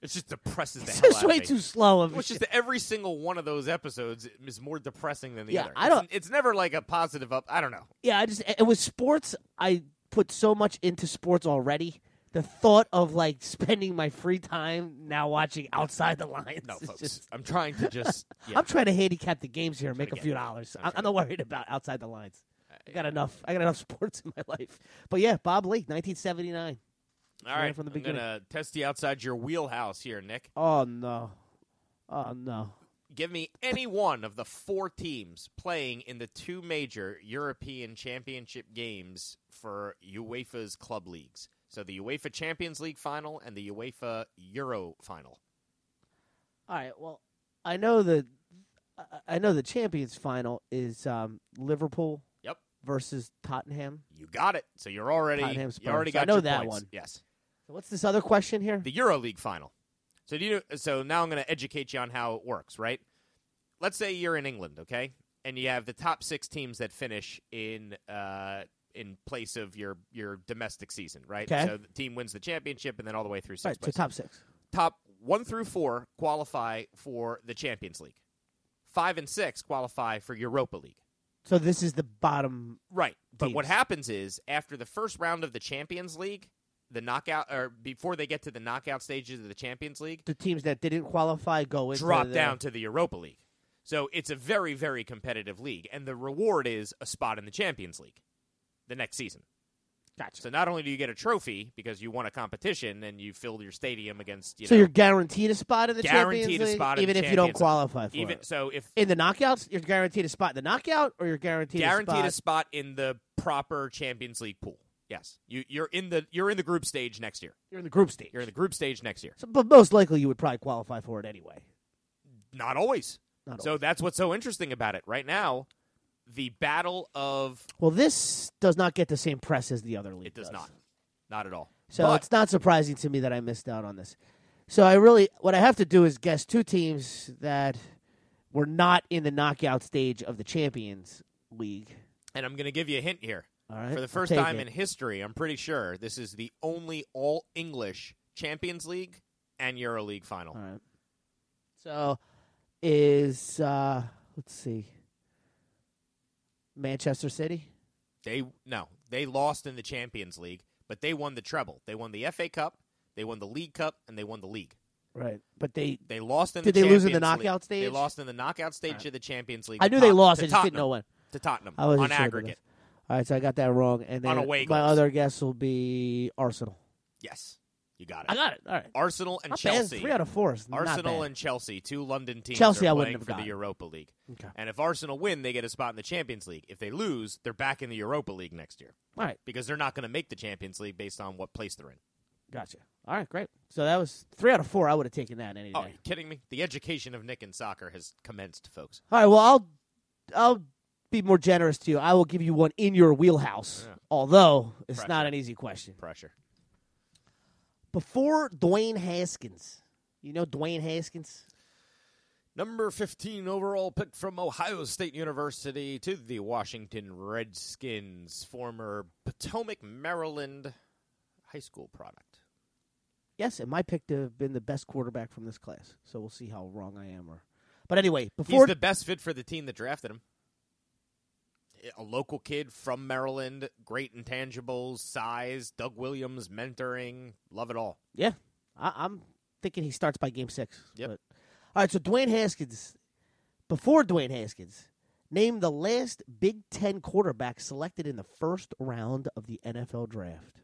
Speaker 10: It's just depresses the
Speaker 9: It's
Speaker 10: hell
Speaker 9: just
Speaker 10: out of
Speaker 9: way
Speaker 10: me.
Speaker 9: too slow of a
Speaker 10: Which is
Speaker 9: shit.
Speaker 10: that every single one of those episodes is more depressing than the
Speaker 9: Yeah,
Speaker 10: other.
Speaker 9: I
Speaker 10: It's- It's, never like a positive up. I don't know.
Speaker 9: Yeah, I just it was sports. I put so much into sports already. The thought of like spending my free time now watching outside the lines.
Speaker 10: No,
Speaker 9: is
Speaker 10: folks,
Speaker 9: just-
Speaker 10: I'm trying to just- yeah.
Speaker 9: I'm trying to handicap the games here and make a
Speaker 10: get
Speaker 9: few
Speaker 10: it.
Speaker 9: dollars.
Speaker 10: I'm
Speaker 9: I'm, I'm not worried about outside the lines.
Speaker 10: Uh,
Speaker 9: I got enough. I got enough sports in my life. But yeah, Bob Lake, 1979.
Speaker 10: All
Speaker 9: Ran
Speaker 10: right,
Speaker 9: from the
Speaker 10: I'm
Speaker 9: beginning.
Speaker 10: gonna test you outside your wheelhouse here, Nick.
Speaker 9: Oh no, oh no.
Speaker 10: Give me any one of the four teams playing in the two major European Championship games for UEFA's club leagues. So the UEFA Champions League final and the UEFA Euro final.
Speaker 9: All right. Well, I know the I- I know the champions final is um, Liverpool.
Speaker 10: Yep.
Speaker 9: Versus Tottenham.
Speaker 10: You got it. So you're already
Speaker 9: Tottenham
Speaker 10: you already
Speaker 9: Spurs. I
Speaker 10: got
Speaker 9: know
Speaker 10: your
Speaker 9: that
Speaker 10: points.
Speaker 9: one.
Speaker 10: Yes.
Speaker 9: So what's this other question here?
Speaker 10: The EuroLeague final. So do you so now I'm going to educate you on how it works, right? Let's say you're in England, okay? And you have the top 6 teams that finish in uh in place of your your domestic season, right?
Speaker 9: Okay.
Speaker 10: So the team wins the championship and then all the way through six
Speaker 9: Right, so
Speaker 10: places.
Speaker 9: top six.
Speaker 10: Top 1 through 4 qualify for the Champions League. 5 and 6 qualify for Europa League.
Speaker 9: So this is the bottom.
Speaker 10: Right. But what
Speaker 9: teams.
Speaker 10: happens is after the first round of the Champions League, the knockout or before they get to the knockout stages of the Champions League,
Speaker 9: The teams that didn't qualify go into
Speaker 10: drop
Speaker 9: the-
Speaker 10: down to the Europa League. So it's a very very competitive league and the reward is a spot in the Champions League the next season.
Speaker 9: Gotcha.
Speaker 10: So not only do you get a trophy because you won a competition and you filled your stadium against you
Speaker 9: so
Speaker 10: know,
Speaker 9: you're guaranteed a spot in the
Speaker 10: guaranteed
Speaker 9: Champions
Speaker 10: a
Speaker 9: League,
Speaker 10: spot in
Speaker 9: even
Speaker 10: the
Speaker 9: if you don't
Speaker 10: Champions League.
Speaker 9: qualify for
Speaker 10: even
Speaker 9: it.
Speaker 10: so if
Speaker 9: in the knockouts, you're guaranteed a spot in the knockout, or you're guaranteed,
Speaker 10: guaranteed
Speaker 9: a spot.
Speaker 10: a spot in the proper Champions League pool. Yes. You you're in the you're in the group stage next year.
Speaker 9: You're in the group stage.
Speaker 10: You're in the group stage next year.
Speaker 9: So- but most likely, you would probably qualify for it anyway.
Speaker 10: Not always.
Speaker 9: Not
Speaker 10: so that's what's so interesting about it. Right now, the battle of
Speaker 9: Well, this does not get the same press as the other league.
Speaker 10: it does not, not at all.
Speaker 9: So
Speaker 10: But
Speaker 9: it's not surprising to me that I missed out on this. So I really, what I have to do is guess two teams that were not in the knockout stage of the Champions League.
Speaker 10: and I'm going to give you a hint here.
Speaker 9: All right,
Speaker 10: For
Speaker 9: I'll
Speaker 10: the first
Speaker 9: take
Speaker 10: time in
Speaker 9: it.
Speaker 10: history, I'm pretty sure this is the only all English Champions League and Euro League final. All
Speaker 9: right. So is uh let's see. Manchester City?
Speaker 10: They no, they lost in the Champions League, but they won the treble. They won the FA Cup, they won the League Cup, and they won the league.
Speaker 9: Right. But they
Speaker 10: They lost in
Speaker 9: Did
Speaker 10: the
Speaker 9: they lose in the
Speaker 10: Champions League.
Speaker 9: knockout
Speaker 10: They
Speaker 9: stage?
Speaker 10: lost in the knockout stage of the Champions League.
Speaker 9: I
Speaker 10: to
Speaker 9: knew they
Speaker 10: Tot-
Speaker 9: lost,
Speaker 10: to
Speaker 9: I just didn't
Speaker 10: Tottenham.
Speaker 9: know when.
Speaker 10: To Tottenham
Speaker 9: I wasn't
Speaker 10: on
Speaker 9: sure about
Speaker 10: aggregate.
Speaker 9: this. All right, so I got that wrong and
Speaker 10: On
Speaker 9: then
Speaker 10: away
Speaker 9: my
Speaker 10: goals.
Speaker 9: other guess will be Arsenal.
Speaker 10: Yes, you got it.
Speaker 9: I got it. All right.
Speaker 10: Arsenal and
Speaker 9: Not bad.
Speaker 10: Chelsea.
Speaker 9: Three out of four is not
Speaker 10: Arsenal
Speaker 9: bad.
Speaker 10: and Chelsea, two London teams,
Speaker 9: Chelsea,
Speaker 10: are
Speaker 9: I
Speaker 10: playing
Speaker 9: wouldn't have
Speaker 10: for the
Speaker 9: gotten.
Speaker 10: Europa League.
Speaker 9: Okay.
Speaker 10: And if Arsenal win, they get a spot in the Champions League. If they lose, they're back in the Europa League next year.
Speaker 9: All right.
Speaker 10: Because they're not going to make the Champions League based on what place they're in.
Speaker 9: Gotcha. All right, great. So that was three out of four. I would have taken that any day.
Speaker 10: Oh, are you kidding me? The education of Nick and soccer has commenced, folks.
Speaker 9: All right. Well, I'll I'll be more generous to you. I will give you one in your wheelhouse.
Speaker 10: Yeah.
Speaker 9: Although it's
Speaker 10: Pressure.
Speaker 9: not an easy question.
Speaker 10: Pressure.
Speaker 9: Before Dwayne Haskins, you know Dwayne Haskins.
Speaker 10: Number 15 overall pick from Ohio State University to the Washington Redskins, former Potomac, Maryland high school product.
Speaker 9: Yes, and my pick to have been the best quarterback from this class. So we'll see how wrong I am. Or, but anyway, before
Speaker 10: He's the best fit for the team that drafted him. A local kid from Maryland, great intangibles, size, Doug Williams mentoring, love it all.
Speaker 9: yeah, I, I'm thinking he starts by game six.
Speaker 10: Yep.
Speaker 9: All right, so Dwayne Haskins. Before Dwayne Haskins, Name the last Big Ten quarterback selected in the first round of the NFL draft.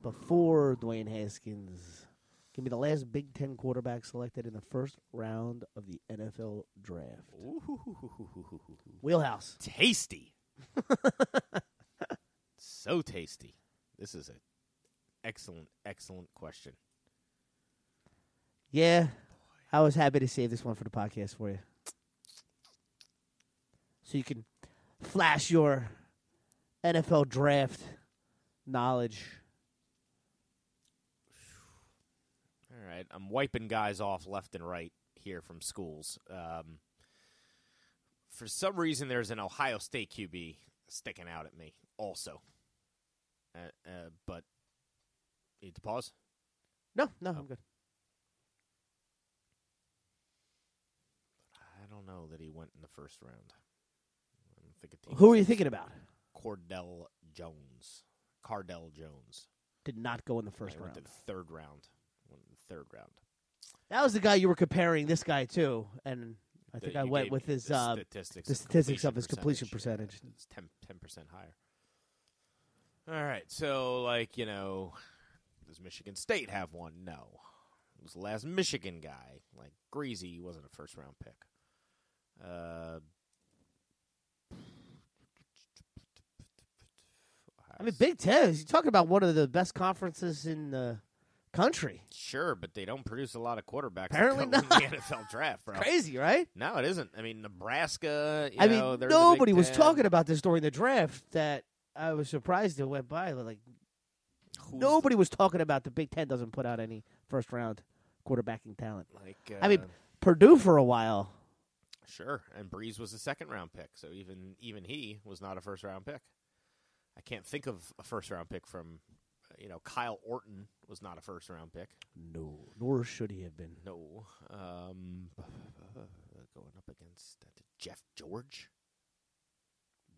Speaker 9: Before Dwayne Haskins. Give me the last Big Ten quarterback selected in the first round of the NFL draft. Wheelhouse.
Speaker 10: Tasty. so tasty. This is an excellent, excellent question.
Speaker 9: Yeah. I was happy to save this one for the podcast for you. So you can flash your NFL draft knowledge.
Speaker 10: All right, I'm wiping guys off left and right here from schools. Um, for some reason, there's an Ohio State QB sticking out at me, also. Uh, uh, but you need to pause.
Speaker 9: No, no, I'm good.
Speaker 10: I don't know that he went in the first round. I don't think a team-
Speaker 9: Who are you thinking about?
Speaker 10: Cordell Jones. Cardell Jones.
Speaker 9: Did not go in the first
Speaker 10: Yeah, he went
Speaker 9: round.
Speaker 10: to the third round. Went in the third round.
Speaker 9: That was the guy you were comparing this guy to, and I
Speaker 10: The-
Speaker 9: think I
Speaker 10: you
Speaker 9: went
Speaker 10: gave
Speaker 9: with
Speaker 10: me
Speaker 9: his
Speaker 10: the
Speaker 9: uh,
Speaker 10: statistics
Speaker 9: the
Speaker 10: of
Speaker 9: statistics of
Speaker 10: completion
Speaker 9: his completion percentage.
Speaker 10: It's 10 percent higher. All right, so like you know, does Michigan State have one? No. It was the last Michigan guy, like Greasy, he wasn't a first round pick. Uh,
Speaker 9: I mean, Big Ten. You're talking about one of the best conferences in the country.
Speaker 10: sure, but they don't produce a lot of quarterbacks. that
Speaker 9: Apparently
Speaker 10: go
Speaker 9: not.
Speaker 10: in the NFL draft, bro.
Speaker 9: Crazy, right?
Speaker 10: No, it isn't. I mean, Nebraska. You
Speaker 9: I
Speaker 10: know,
Speaker 9: mean,
Speaker 10: they're in the Big
Speaker 9: nobody was
Speaker 10: Ten.
Speaker 9: talking about this during the draft. That I was surprised it went by. Like nobody was talking about the Big Ten doesn't put out any first round quarterbacking talent.
Speaker 10: Like,
Speaker 9: I mean,
Speaker 10: uh,
Speaker 9: Purdue for a while.
Speaker 10: Sure, and Breeze was a second round pick, so even even he was not a first round pick. I can't think of a first round pick from, uh, you know, Kyle Orton was not a first round pick.
Speaker 9: No, nor should he have been.
Speaker 10: No, um, going up against uh, Jeff George.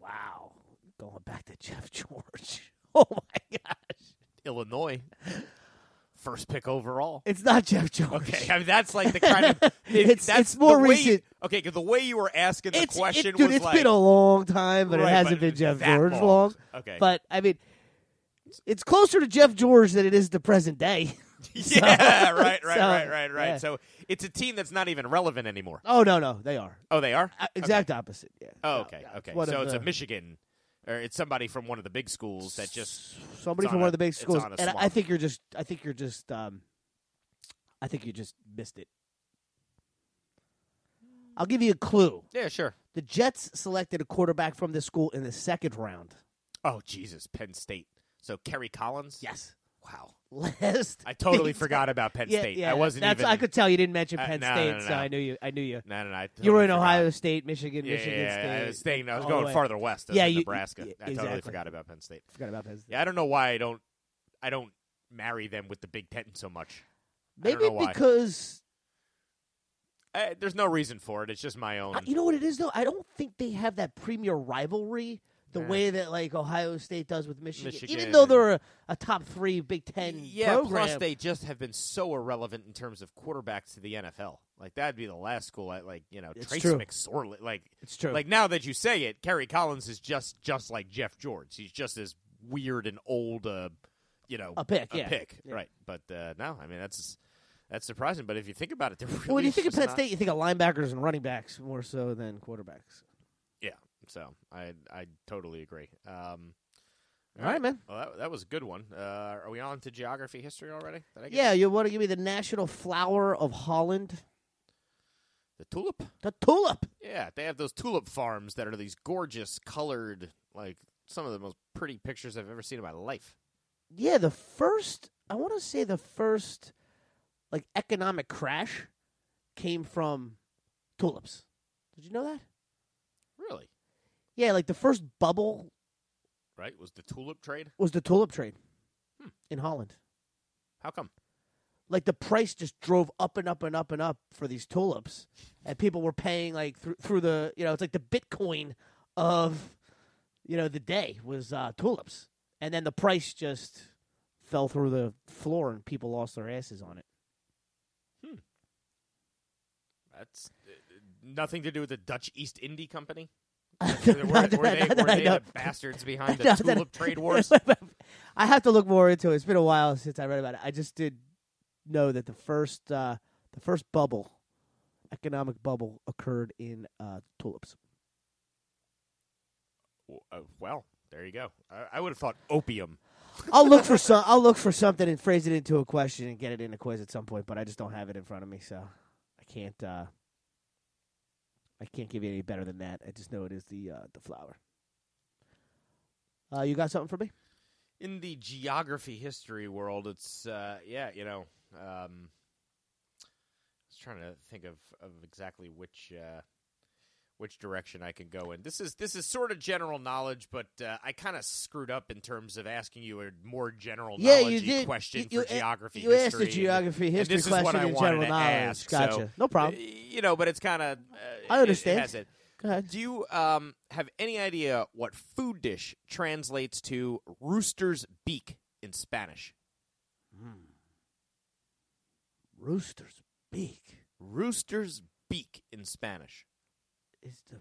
Speaker 9: Wow, going back to Jeff George. Oh my gosh,
Speaker 10: Illinois. First pick overall.
Speaker 9: It's not Jeff George.
Speaker 10: Okay, I mean that's like the kind of
Speaker 9: It's-
Speaker 10: that's
Speaker 9: it's more
Speaker 10: the way-
Speaker 9: recent.
Speaker 10: Okay, 'cause the way you were asking the
Speaker 9: It's- it-
Speaker 10: question
Speaker 9: dude,
Speaker 10: was
Speaker 9: it's
Speaker 10: like
Speaker 9: been a long time, but
Speaker 10: Right,
Speaker 9: it hasn't
Speaker 10: but
Speaker 9: been Jeff
Speaker 10: that
Speaker 9: George
Speaker 10: long.
Speaker 9: long.
Speaker 10: Okay.
Speaker 9: but I mean, it's closer to Jeff George than it is to present day. So-
Speaker 10: yeah, right, right,
Speaker 9: so,
Speaker 10: right, right, right.
Speaker 9: yeah.
Speaker 10: So it's a team that's not even relevant anymore.
Speaker 9: oh no, no, they are
Speaker 10: Oh, they are
Speaker 9: Uh, exact opposite. Yeah,
Speaker 10: Oh, okay, okay.
Speaker 9: one
Speaker 10: So
Speaker 9: of
Speaker 10: it's a
Speaker 9: the-
Speaker 10: Michigan, or it's somebody from one of the big schools that just
Speaker 9: somebody
Speaker 10: it's
Speaker 9: from
Speaker 10: on
Speaker 9: one
Speaker 10: a-
Speaker 9: of the big
Speaker 10: it's
Speaker 9: schools,
Speaker 10: on a
Speaker 9: and I
Speaker 10: swamp.
Speaker 9: think you're just, I think you're just, um, I think you just missed it. I'll give you a clue.
Speaker 10: Yeah, sure.
Speaker 9: The Jets selected a quarterback from this school in the second round.
Speaker 10: Oh Jesus, Penn State. So Kerry Collins.
Speaker 9: Yes.
Speaker 10: Wow.
Speaker 9: Last.
Speaker 10: I totally
Speaker 9: Big
Speaker 10: forgot
Speaker 9: Ten-
Speaker 10: about Penn
Speaker 9: Yeah,
Speaker 10: State.
Speaker 9: yeah,
Speaker 10: I wasn't
Speaker 9: that's-
Speaker 10: even.
Speaker 9: I could tell you didn't mention
Speaker 10: Uh,
Speaker 9: Penn
Speaker 10: no, no,
Speaker 9: State,
Speaker 10: no,
Speaker 9: so I
Speaker 10: no.
Speaker 9: knew you. I knew you.
Speaker 10: No, no, no. I
Speaker 9: you were
Speaker 10: totally
Speaker 9: in
Speaker 10: forgot.
Speaker 9: Ohio State, Michigan,
Speaker 10: Yeah, yeah,
Speaker 9: Michigan
Speaker 10: yeah,
Speaker 9: State. Oh,
Speaker 10: I was thinking I was
Speaker 9: all
Speaker 10: going
Speaker 9: the way.
Speaker 10: farther west. I was
Speaker 9: Yeah,
Speaker 10: in
Speaker 9: you-
Speaker 10: Nebraska.
Speaker 9: yeah,
Speaker 10: I totally
Speaker 9: exactly.
Speaker 10: forgot about Penn State.
Speaker 9: Forgot about Penn State.
Speaker 10: Yeah, I don't know why I don't. I don't marry them with the Big Ten so much. I don't
Speaker 9: Maybe
Speaker 10: know why.
Speaker 9: because
Speaker 10: Uh, there's no reason for it. It's just my own.
Speaker 9: I- you know what it is though. I don't think they have that premier rivalry the
Speaker 10: Nah.
Speaker 9: way that like Ohio State does with Michigan.
Speaker 10: Michigan
Speaker 9: Even though
Speaker 10: and-
Speaker 9: they're a, a top three Big Ten
Speaker 10: Yeah,
Speaker 9: program,
Speaker 10: plus they just have been so irrelevant in terms of quarterbacks to the NFL. Like that'd be the last school I like, you know,
Speaker 9: It's
Speaker 10: Trace
Speaker 9: true.
Speaker 10: McSorley. Like
Speaker 9: It's true.
Speaker 10: Like now that you say it, Kerry Collins is just just like Jeff George. He's just as weird and old, uh, you know,
Speaker 9: A pick,
Speaker 10: a
Speaker 9: yeah.
Speaker 10: pick,
Speaker 9: Yeah.
Speaker 10: right? But uh, no, I mean that's that's surprising. But if you think about it, they're really
Speaker 9: well, when you think of
Speaker 10: just
Speaker 9: Penn
Speaker 10: not-
Speaker 9: State, you think of linebackers and running backs more so than quarterbacks.
Speaker 10: yeah. So I I totally agree. Um,
Speaker 9: All right, man.
Speaker 10: Well, that, that was a good one. Uh, are we on to geography history already? Did I get
Speaker 9: Yeah, you want to give me the national flower of Holland?
Speaker 10: The tulip.
Speaker 9: The tulip.
Speaker 10: Yeah, they have those tulip farms that are these gorgeous colored, like some of the most pretty pictures I've ever seen in my life.
Speaker 9: Yeah, the first I want to say the first like economic crash came from tulips. Did you know that?
Speaker 10: Really?
Speaker 9: Yeah, like the first bubble
Speaker 10: Right? Was the tulip trade?
Speaker 9: was the tulip trade
Speaker 10: Hmm.
Speaker 9: in Holland.
Speaker 10: How come?
Speaker 9: Like the price just drove up and up and up and up for these tulips, and people were paying like through through the you know it's like the Bitcoin of you know the day was uh, tulips, and then the price just fell through the floor, and people lost their asses on it.
Speaker 10: That's uh, nothing to do with the Dutch East Indie Company. were were they,
Speaker 9: Not
Speaker 10: were
Speaker 9: that-
Speaker 10: they
Speaker 9: not that I know.
Speaker 10: the bastards behind the
Speaker 9: Not that I-
Speaker 10: tulip trade wars?
Speaker 9: I have to look more into it. It's been a while since I read about it. I just did know that the first uh, the first bubble, economic bubble, occurred in uh, tulips.
Speaker 10: W- uh, well, there you go. I, I would have thought opium.
Speaker 9: I'll look for some. I'll look for something and phrase it into a question and get it in a quiz at some point. But I just don't have it in front of me, so I can't. Uh, I can't give you any better than that. I just know it is the uh, the flower. Uh, you got something for me?
Speaker 10: in the geography history world, it's uh, yeah, you know, um, I was trying to think of, of exactly which uh, which direction I can go in. This is this is sort of general knowledge, but uh, I kind of screwed up in terms of asking you a more general
Speaker 9: Yeah, you
Speaker 10: knowledge
Speaker 9: did.
Speaker 10: question
Speaker 9: You- you
Speaker 10: for
Speaker 9: a-
Speaker 10: geography.
Speaker 9: you asked
Speaker 10: history,
Speaker 9: a geography
Speaker 10: and,
Speaker 9: history
Speaker 10: and this is what
Speaker 9: question
Speaker 10: I
Speaker 9: in
Speaker 10: wanted
Speaker 9: general
Speaker 10: to
Speaker 9: knowledge.
Speaker 10: ask, so,
Speaker 9: Gotcha. No problem.
Speaker 10: uh, You know, but it's kind of uh,
Speaker 9: I
Speaker 10: it-
Speaker 9: understand.
Speaker 10: It, has it.
Speaker 9: Go ahead.
Speaker 10: Do you um, have any idea what food dish translates to rooster's beak in Spanish?
Speaker 9: Rooster's beak.
Speaker 10: Rooster's beak in Spanish.
Speaker 9: Is the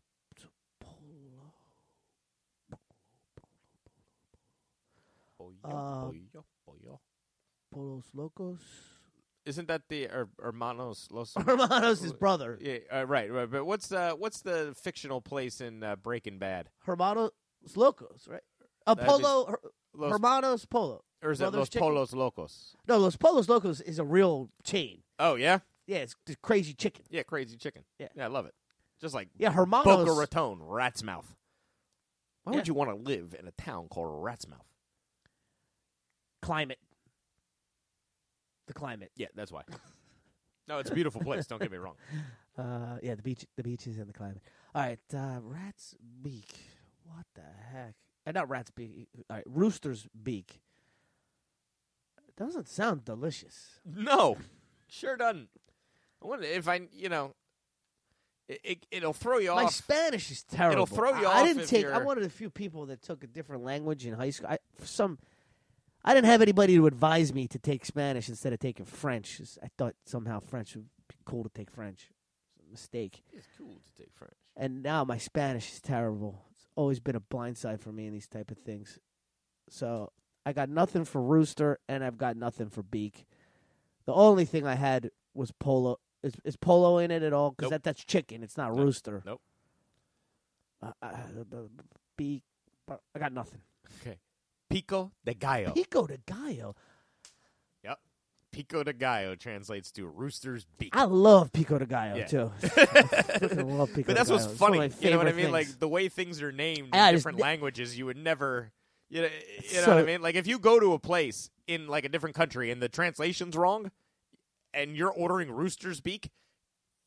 Speaker 9: Uh, Polos Locos.
Speaker 10: Isn't that the her- Hermanos Los
Speaker 9: Hermanos is brother.
Speaker 10: Yeah, uh, right, right. But what's uh, what's the fictional place in uh, Breaking Bad?
Speaker 9: Hermanos Locos, right? Uh,
Speaker 10: That'd be-
Speaker 9: Polo. Her,
Speaker 10: Los-
Speaker 9: Hermanos Polo.
Speaker 10: Or is it
Speaker 9: Brothers
Speaker 10: Los
Speaker 9: Chicken.
Speaker 10: Polos Locos?
Speaker 9: No, Los Polos Locos is a real chain.
Speaker 10: Oh yeah,
Speaker 9: yeah. It's the crazy chicken.
Speaker 10: Yeah, crazy chicken. Yeah, I love it. Just like
Speaker 9: Yeah, Hermanos-
Speaker 10: Boca Raton, Rat's Mouth. Why
Speaker 9: Yeah.
Speaker 10: would you want to live in a town called Rat's Mouth?
Speaker 9: Climate. The climate.
Speaker 10: Yeah, that's why. No, it's a beautiful place. Don't get me wrong.
Speaker 9: Uh, yeah, the beach, the beaches, and the climate. All right, uh, rat's beak. What the heck? Uh, not rat's beak. All right, rooster's beak. Doesn't sound delicious.
Speaker 10: No, sure doesn't. I wonder if I, you know, it, it it'll throw you
Speaker 9: My
Speaker 10: off.
Speaker 9: Spanish is terrible.
Speaker 10: It'll throw you
Speaker 9: I,
Speaker 10: off.
Speaker 9: I didn't
Speaker 10: if
Speaker 9: take. I
Speaker 10: you're-
Speaker 9: wanted a few people that took a different language in high school. I, for some, I didn't have anybody to advise me to take Spanish instead of taking French. 'cause I thought somehow French would be cool to take French. It's a mistake.
Speaker 10: It's cool to take French.
Speaker 9: And now my Spanish is terrible. It's always been a blind side for me in these type of things. So I got nothing for rooster, and I've got nothing for beak. The only thing I had was polo. Is, is polo in it at all?
Speaker 10: Nope.
Speaker 9: Because that, that's chicken. It's not rooster.
Speaker 10: Nope.
Speaker 9: Uh, uh, b- b- beak. but I got nothing.
Speaker 10: Okay. Pico de gallo.
Speaker 9: Pico de gallo.
Speaker 10: Yep. Pico de gallo translates to rooster's beak.
Speaker 9: I love pico de gallo
Speaker 10: Yeah.
Speaker 9: too. I freaking love pico
Speaker 10: but that's
Speaker 9: de
Speaker 10: what's
Speaker 9: gallo. It's one of
Speaker 10: funny.
Speaker 9: my
Speaker 10: You know what I
Speaker 9: favorite
Speaker 10: mean?
Speaker 9: things.
Speaker 10: Like the way things are named
Speaker 9: Yeah, I
Speaker 10: in
Speaker 9: just-
Speaker 10: different languages, you would never. You know, you know
Speaker 9: So-
Speaker 10: what I mean? Like if you go to a place in like a different country and the translation's wrong, and you're ordering rooster's beak,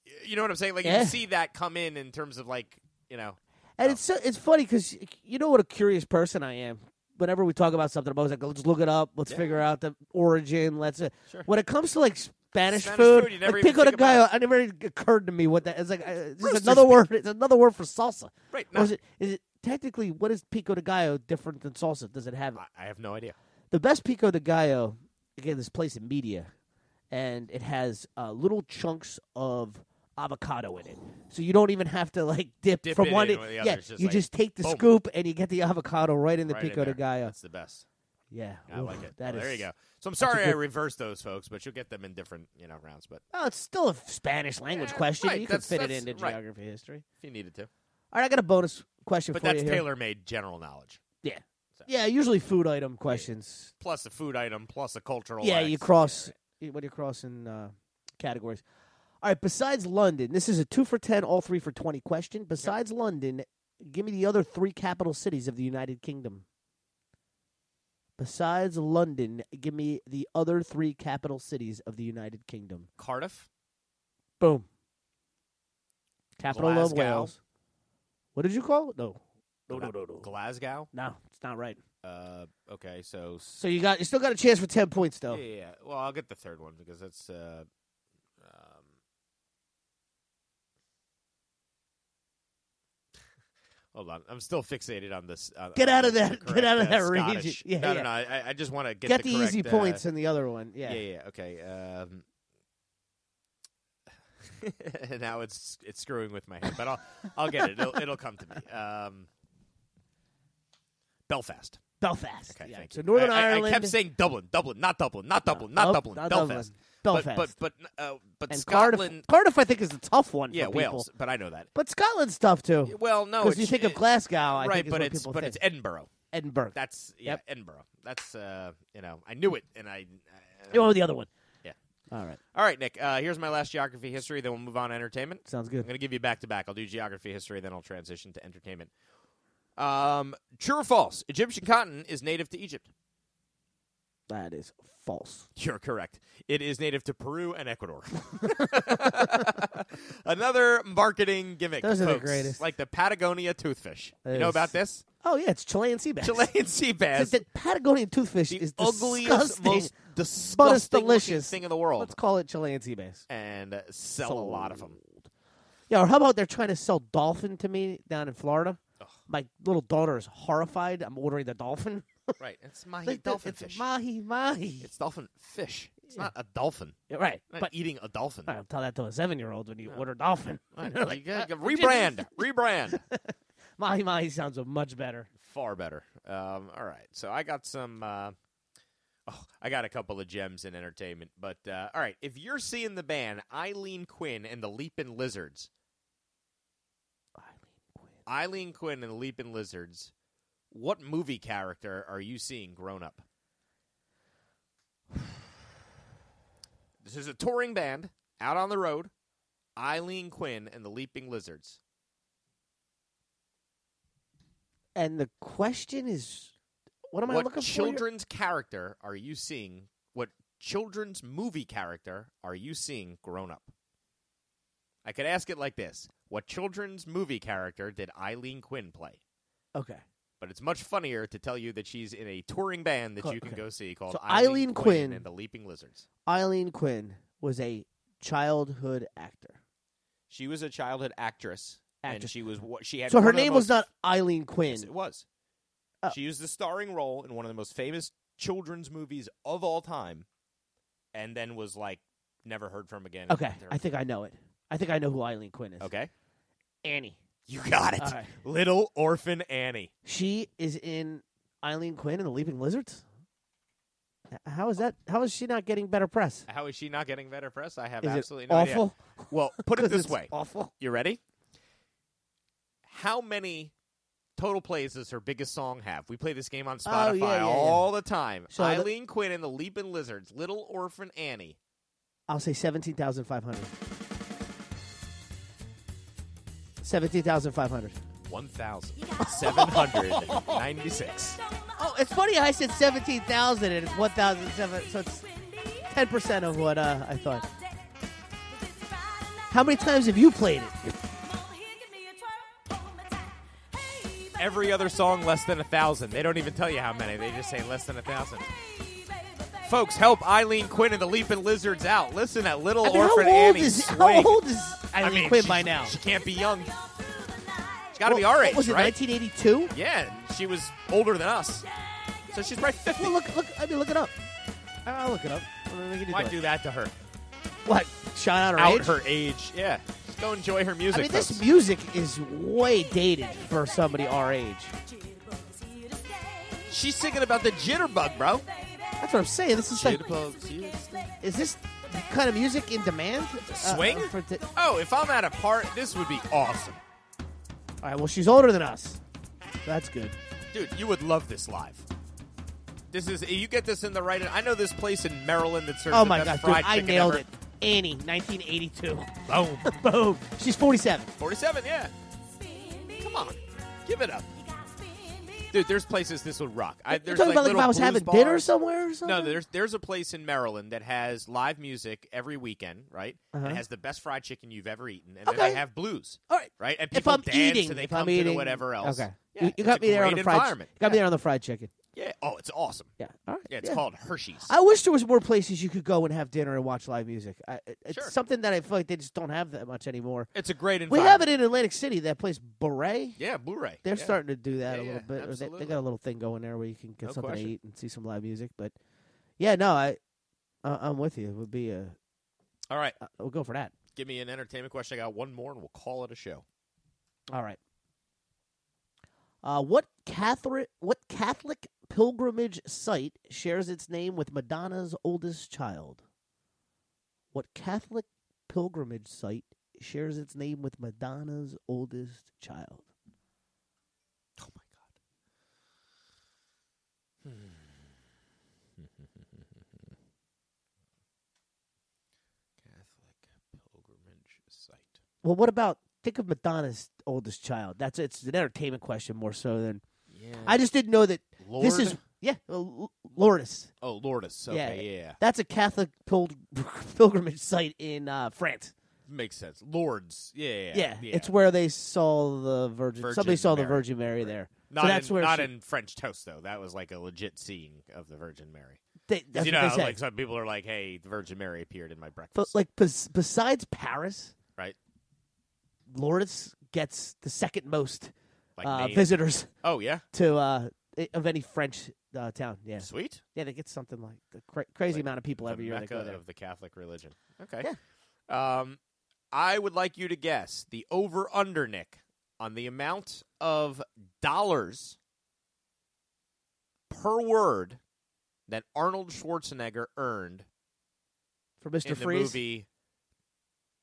Speaker 10: y- you know what I'm saying? Like
Speaker 9: Yeah.
Speaker 10: you see that come in in terms of like you know.
Speaker 9: And it's so, it's funny because you know what a curious person I am. Whenever we talk about something, I'm always like, let's look it up. Let's
Speaker 10: Yeah.
Speaker 9: figure out the origin. Let's. Uh,
Speaker 10: Sure.
Speaker 9: When it comes to like Spanish,
Speaker 10: Spanish
Speaker 9: food,
Speaker 10: food, you never
Speaker 9: like
Speaker 10: even
Speaker 9: pico de
Speaker 10: think about
Speaker 9: gallo, it never even occurred to me what that is. Like, uh, it's
Speaker 10: Rooster's
Speaker 9: another
Speaker 10: beak.
Speaker 9: word. It's another word for salsa.
Speaker 10: Right,
Speaker 9: Or is
Speaker 10: no.
Speaker 9: it? Is it technically what is pico de gallo different than salsa? Does it have? it?
Speaker 10: I have no idea.
Speaker 9: The best pico de gallo, again, this place in media, and it has uh, little chunks of avocado in it. So you don't even have to like dip,
Speaker 10: Dip
Speaker 9: from
Speaker 10: it
Speaker 9: one.
Speaker 10: in
Speaker 9: to-
Speaker 10: with the
Speaker 9: yeah,
Speaker 10: other. It's just
Speaker 9: you
Speaker 10: like,
Speaker 9: just take the
Speaker 10: boom.
Speaker 9: scoop and you get the avocado right in the
Speaker 10: Right in
Speaker 9: pico de
Speaker 10: there.
Speaker 9: gallo.
Speaker 10: That's the best.
Speaker 9: Yeah,
Speaker 10: I
Speaker 9: oof,
Speaker 10: like it.
Speaker 9: that
Speaker 10: Well, there
Speaker 9: is-
Speaker 10: you go. So I'm
Speaker 9: that's a
Speaker 10: sorry I
Speaker 9: good-
Speaker 10: reversed those folks, but you'll get them in different you know rounds. But
Speaker 9: Oh, it's still a Spanish language
Speaker 10: Eh,
Speaker 9: question.
Speaker 10: right,
Speaker 9: you can
Speaker 10: that's-
Speaker 9: fit it
Speaker 10: that's-
Speaker 9: into
Speaker 10: right.
Speaker 9: geography history.
Speaker 10: if you needed to.
Speaker 9: All right, I got a bonus question
Speaker 10: But
Speaker 9: for
Speaker 10: that's
Speaker 9: you. here.
Speaker 10: tailor-made general knowledge.
Speaker 9: Yeah. Yeah, usually food item questions.
Speaker 10: Plus a food item, plus a cultural.
Speaker 9: Yeah,
Speaker 10: act.
Speaker 9: you cross. you- What are you crossing uh, categories? All right. Besides London, this is a two for ten, all three for twenty question. Besides London, give me the other three capital cities of the United Kingdom. Besides London, give me the other three capital cities of the United Kingdom.
Speaker 10: Cardiff,
Speaker 9: Boom. Capital of
Speaker 10: Glasgow.
Speaker 9: Wales. What did you call it? No. No,
Speaker 10: Gla-
Speaker 9: no, no, no.
Speaker 10: Glasgow.
Speaker 9: No, it's not right.
Speaker 10: Uh, okay, so
Speaker 9: So you got you still got a chance for ten points though.
Speaker 10: Yeah, yeah, yeah. Well, I'll get the third one because that's uh, um, hold on. I'm still fixated on this. on-
Speaker 9: Get
Speaker 10: on
Speaker 9: out of
Speaker 10: the-
Speaker 9: that-
Speaker 10: the
Speaker 9: get
Speaker 10: correct,
Speaker 9: out of
Speaker 10: uh,
Speaker 9: that region.
Speaker 10: Scottish-
Speaker 9: Yeah,
Speaker 10: no,
Speaker 9: yeah.
Speaker 10: no, no. I, I just want to get,
Speaker 9: Get
Speaker 10: the,
Speaker 9: the easy
Speaker 10: correct,
Speaker 9: points
Speaker 10: uh,
Speaker 9: in the other one, yeah.
Speaker 10: yeah, yeah. Okay. Um, and now it's it's screwing with my head, but I'll I'll get it. It'll, it'll come to me. Um, Belfast.
Speaker 9: Belfast.
Speaker 10: Okay, thank
Speaker 9: so
Speaker 10: you.
Speaker 9: Northern
Speaker 10: I, I- I kept
Speaker 9: Ireland-
Speaker 10: saying Dublin, Dublin, not Dublin, not Dublin,
Speaker 9: Oh,
Speaker 10: not Dublin,
Speaker 9: not Dublin.
Speaker 10: Belfast.
Speaker 9: Belfast.
Speaker 10: But but uh, but
Speaker 9: and
Speaker 10: Scotland.
Speaker 9: Cardiff, Cardiff, I think, is the tough one.
Speaker 10: Yeah,
Speaker 9: for people.
Speaker 10: Wales, but I know that.
Speaker 9: But Scotland's tough too.
Speaker 10: Well, no,
Speaker 9: because you
Speaker 10: it's-
Speaker 9: think of
Speaker 10: it-
Speaker 9: Glasgow, Oh, I
Speaker 10: right?
Speaker 9: think is
Speaker 10: but
Speaker 9: what
Speaker 10: it's
Speaker 9: people
Speaker 10: but
Speaker 9: think.
Speaker 10: it's Edinburgh.
Speaker 9: Edinburgh.
Speaker 10: That's yeah, Edinburgh. That's uh, you know, I knew it, and I. Uh,
Speaker 9: Oh, the other one.
Speaker 10: Yeah.
Speaker 9: All right.
Speaker 10: All right, Nick. Uh, here's my last geography history. Then we'll move on to entertainment.
Speaker 9: Sounds good.
Speaker 10: I'm going to give you back to back. I'll do geography history, then I'll transition to entertainment. Um, true or false? Egyptian cotton is native to Egypt.
Speaker 9: That is false.
Speaker 10: You're correct. It is native to Peru and Ecuador. Another marketing gimmick.
Speaker 9: Those are the
Speaker 10: folks,
Speaker 9: greatest.
Speaker 10: Like the Patagonia toothfish.
Speaker 9: That
Speaker 10: you know
Speaker 9: is-
Speaker 10: about this?
Speaker 9: Oh yeah, it's Chilean sea bass.
Speaker 10: Chilean sea bass.
Speaker 9: The Patagonian toothfish is
Speaker 10: ugliest,
Speaker 9: disgusting,
Speaker 10: most
Speaker 9: but it's
Speaker 10: disgusting-looking
Speaker 9: delicious
Speaker 10: thing in the world.
Speaker 9: Let's call it Chilean sea bass.
Speaker 10: And uh, sell a lot of them.
Speaker 9: Yeah, or how about they're trying to sell dolphin to me down in Florida? My little daughter is horrified. I'm ordering the dolphin.
Speaker 10: Right. It's mahi
Speaker 9: Like the-
Speaker 10: dolphin
Speaker 9: it's
Speaker 10: fish.
Speaker 9: Mahi mahi.
Speaker 10: It's dolphin fish. It's not a dolphin.
Speaker 9: Yeah, right.
Speaker 10: Not
Speaker 9: But-
Speaker 10: eating a dolphin.
Speaker 9: I don't tell that to a seven year old when you order dolphin.
Speaker 10: Right.
Speaker 9: They're
Speaker 10: You gotta-
Speaker 9: "Uh,
Speaker 10: rebrand. rebrand.
Speaker 9: Mahi mahi sounds much better.
Speaker 10: Far better. Um, all right. So I got some. Uh, oh, I got a couple of gems in entertainment. But uh, all right, if you're seeing the band Eileen Quinn and the Leapin' Lizards, Eileen Quinn and the Leapin' Lizards, what movie character are you seeing grown up? This is a touring band out on the road. Eileen Quinn and the Leaping Lizards.
Speaker 9: And the question is, what am I
Speaker 10: what
Speaker 9: looking for? here?
Speaker 10: children's character are you seeing? What children's movie character are you seeing grown up? I could ask it like this: What children's movie character did Eileen Quinn play?
Speaker 9: Okay.
Speaker 10: But it's much funnier to tell you that she's in a touring band that
Speaker 9: Co-
Speaker 10: you can
Speaker 9: okay.
Speaker 10: go see called
Speaker 9: So
Speaker 10: Eileen,
Speaker 9: Eileen
Speaker 10: Quinn,
Speaker 9: Quinn-
Speaker 10: and the Leaping Lizards.
Speaker 9: Eileen Quinn was a childhood actor.
Speaker 10: She was a childhood actress, and
Speaker 9: Actress.
Speaker 10: she was what she had.
Speaker 9: So her
Speaker 10: one of the
Speaker 9: name was
Speaker 10: most-
Speaker 9: not Eileen Quinn.
Speaker 10: Yes, it was.
Speaker 9: Oh.
Speaker 10: She used the starring role in one of the most famous children's movies of all time, and then was like never heard from again.
Speaker 9: Okay, I think I know it. I think I know who Eileen Quinn is.
Speaker 10: Okay,
Speaker 9: Annie.
Speaker 10: you got it.
Speaker 9: All right.
Speaker 10: Little orphan Annie.
Speaker 9: She is in Eileen Quinn and the Leaping Lizards. H- How is that? How is she not getting better press?
Speaker 10: How is she not getting better press? I have
Speaker 9: Is it
Speaker 10: absolutely no
Speaker 9: awful?
Speaker 10: idea. Well, put it
Speaker 9: 'Cause
Speaker 10: this
Speaker 9: it's
Speaker 10: way:
Speaker 9: awful.
Speaker 10: You ready? How many total plays does her biggest song have? We play this game on Spotify
Speaker 9: Oh, yeah, yeah, yeah.
Speaker 10: all the time.
Speaker 9: So the-
Speaker 10: Eileen Quinn and the Leaping Lizards, Little Orphan Annie.
Speaker 9: I'll say seventeen thousand five hundred. Seventeen thousand five hundred.
Speaker 10: 1,796.
Speaker 9: Oh, it's funny. I said seventeen thousand, and it's one thousand seven. So it's ten percent of what uh, I thought. How many times have you played it?
Speaker 10: Every other song less than a thousand. They don't even tell you how many. They just say less than a thousand. Folks, help Eileen Quinn and the Leaping Lizards out. Listen at Little
Speaker 9: I mean, how
Speaker 10: Orphan
Speaker 9: old
Speaker 10: Annie.
Speaker 9: is- how
Speaker 10: swing.
Speaker 9: old is
Speaker 10: I
Speaker 9: Eileen
Speaker 10: mean,
Speaker 9: Quinn
Speaker 10: she-
Speaker 9: by now?
Speaker 10: She can't be young. She's got to be our
Speaker 9: What
Speaker 10: age,
Speaker 9: Was it
Speaker 10: right?
Speaker 9: nineteen eighty two?
Speaker 10: Yeah, she was older than us. So she's probably 50.
Speaker 9: Well, look, look. I mean, look it up. I'll look it up.
Speaker 10: Why
Speaker 9: it.
Speaker 10: do that to her?
Speaker 9: What? Shout out her
Speaker 10: Out
Speaker 9: age?
Speaker 10: her age. Yeah. Just go enjoy her music.
Speaker 9: I mean,
Speaker 10: folks.
Speaker 9: this music is way dated for somebody our age.
Speaker 10: She's singing about the jitterbug, bro.
Speaker 9: That's what I'm saying. This is like,
Speaker 10: Jitterbug.
Speaker 9: is this the kind of music in demand? Uh,
Speaker 10: Swing?
Speaker 9: for t-
Speaker 10: Oh, if I'm at a part, this would be awesome.
Speaker 9: All right. Well, she's older than us. That's good.
Speaker 10: Dude, you would love this live. This is you get this in the right. I know this place in Maryland that serves
Speaker 9: oh
Speaker 10: the
Speaker 9: my
Speaker 10: best
Speaker 9: god, dude!
Speaker 10: fried
Speaker 9: I
Speaker 10: chicken
Speaker 9: nailed
Speaker 10: ever.
Speaker 9: it. Annie, 1982.
Speaker 10: Boom.
Speaker 9: Boom. She's 47.
Speaker 10: 47, yeah. Come on, give it up. Dude, there's places this would rock. I,
Speaker 9: You're
Speaker 10: there's like
Speaker 9: talking about like if
Speaker 10: little
Speaker 9: I was
Speaker 10: blues
Speaker 9: having
Speaker 10: bars.
Speaker 9: dinner somewhere or something?
Speaker 10: No, there's there's a place in Maryland that has live music every weekend, right?
Speaker 9: Uh-huh.
Speaker 10: And it has the best fried chicken you've ever eaten, and then
Speaker 9: Okay.
Speaker 10: they have blues,
Speaker 9: All right.
Speaker 10: right? And
Speaker 9: if
Speaker 10: people
Speaker 9: I'm
Speaker 10: dance,
Speaker 9: eating,
Speaker 10: and they
Speaker 9: if
Speaker 10: come
Speaker 9: I'm
Speaker 10: to the
Speaker 9: eating,
Speaker 10: whatever else.
Speaker 9: Okay.
Speaker 10: Yeah,
Speaker 9: you, you got
Speaker 10: it's a
Speaker 9: me there on
Speaker 10: great
Speaker 9: the fried.
Speaker 10: environment.
Speaker 9: You got me there on the fried chicken.
Speaker 10: Yeah. Oh, it's awesome.
Speaker 9: Yeah. All right.
Speaker 10: Yeah, it's
Speaker 9: yeah.
Speaker 10: called Hershey's.
Speaker 9: I wish there was more places you could go and have dinner and watch live music. I, it- it's something that I feel like they just don't have that much anymore.
Speaker 10: It's a great
Speaker 9: We
Speaker 10: environment.
Speaker 9: have it in Atlantic City. That place, Beret.
Speaker 10: Yeah, Beret.
Speaker 9: They're
Speaker 10: Yeah.
Speaker 9: starting to do that
Speaker 10: Yeah,
Speaker 9: a little
Speaker 10: yeah,
Speaker 9: bit. Or They, they
Speaker 10: absolutely.
Speaker 9: got a little thing going there where you can get
Speaker 10: No
Speaker 9: something
Speaker 10: question.
Speaker 9: to eat and see some live music. But yeah, no, I, I I'm with you. It would be a uh,
Speaker 10: All right.
Speaker 9: we'll go for that.
Speaker 10: give me an entertainment question. I got one more, and we'll call it a show.
Speaker 9: All right. Uh, what Catholic what Catholic pilgrimage site shares its name with Madonna's oldest child? What Catholic pilgrimage site shares its name with Madonna's oldest child? Oh
Speaker 10: Pilgrimage site.
Speaker 9: Well, what about think of Madonna's oldest child? That's it's an entertainment question more so than.
Speaker 10: Yeah.
Speaker 9: I just didn't know that this is
Speaker 10: Lord?
Speaker 9: yeah uh, L- Lourdes.
Speaker 10: Oh, Lourdes.
Speaker 9: Yeah,
Speaker 10: Okay, yeah, yeah.
Speaker 9: That's a Catholic pil- pilgrimage site in uh, France.
Speaker 10: Makes sense. Lords. Yeah, yeah.
Speaker 9: Yeah, it's where they saw the Virgin.
Speaker 10: Virgin
Speaker 9: somebody saw
Speaker 10: Mary.
Speaker 9: the Virgin Mary there.
Speaker 10: Not
Speaker 9: so that's
Speaker 10: in,
Speaker 9: where
Speaker 10: not
Speaker 9: she-
Speaker 10: in French toast though. That was like a legit seeing of the Virgin Mary.
Speaker 9: They- that's
Speaker 10: you
Speaker 9: what
Speaker 10: know,
Speaker 9: they said.
Speaker 10: like some people are like, "Hey, the Virgin Mary appeared in my breakfast."
Speaker 9: But like bes- besides Paris,
Speaker 10: Right.
Speaker 9: Lourdes gets the second most
Speaker 10: Like
Speaker 9: uh,
Speaker 10: name.
Speaker 9: visitors.
Speaker 10: Oh, yeah?
Speaker 9: to uh, i- of any French uh, town. Yeah,
Speaker 10: Sweet.
Speaker 9: Yeah, they get something like a cra- crazy
Speaker 10: Like
Speaker 9: amount of people
Speaker 10: the
Speaker 9: every year. That
Speaker 10: Mecca
Speaker 9: go there.
Speaker 10: of the Catholic religion. Okay. Um, I would like you to guess the over under Nick on the amount of dollars per word that Arnold Schwarzenegger earned
Speaker 9: For Mr.
Speaker 10: in
Speaker 9: Freeze?
Speaker 10: the movie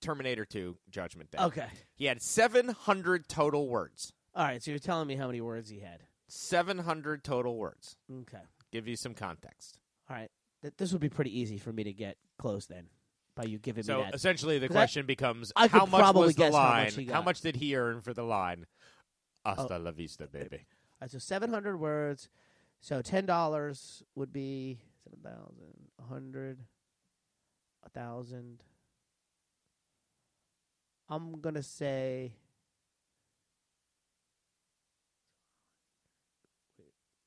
Speaker 10: Terminator 2 Judgment Day.
Speaker 9: Okay.
Speaker 10: He had 700 total words.
Speaker 9: All right, so you're telling me how many words he had?
Speaker 10: 700 total words.
Speaker 9: Okay.
Speaker 10: Give you some context.
Speaker 9: All right, Th- this would be pretty easy for me to get close then by you giving
Speaker 10: So
Speaker 9: me that.
Speaker 10: essentially, the
Speaker 9: 'Cause I-
Speaker 10: question becomes:
Speaker 9: I
Speaker 10: How
Speaker 9: could
Speaker 10: much
Speaker 9: probably
Speaker 10: was the
Speaker 9: guess
Speaker 10: line?
Speaker 9: How much, he got.
Speaker 10: did he earn for the line? Hasta
Speaker 9: Oh.
Speaker 10: la vista, baby.
Speaker 9: All right, so 700 words. So $10 would be 7,000, 100, 1,000. I'm going to say.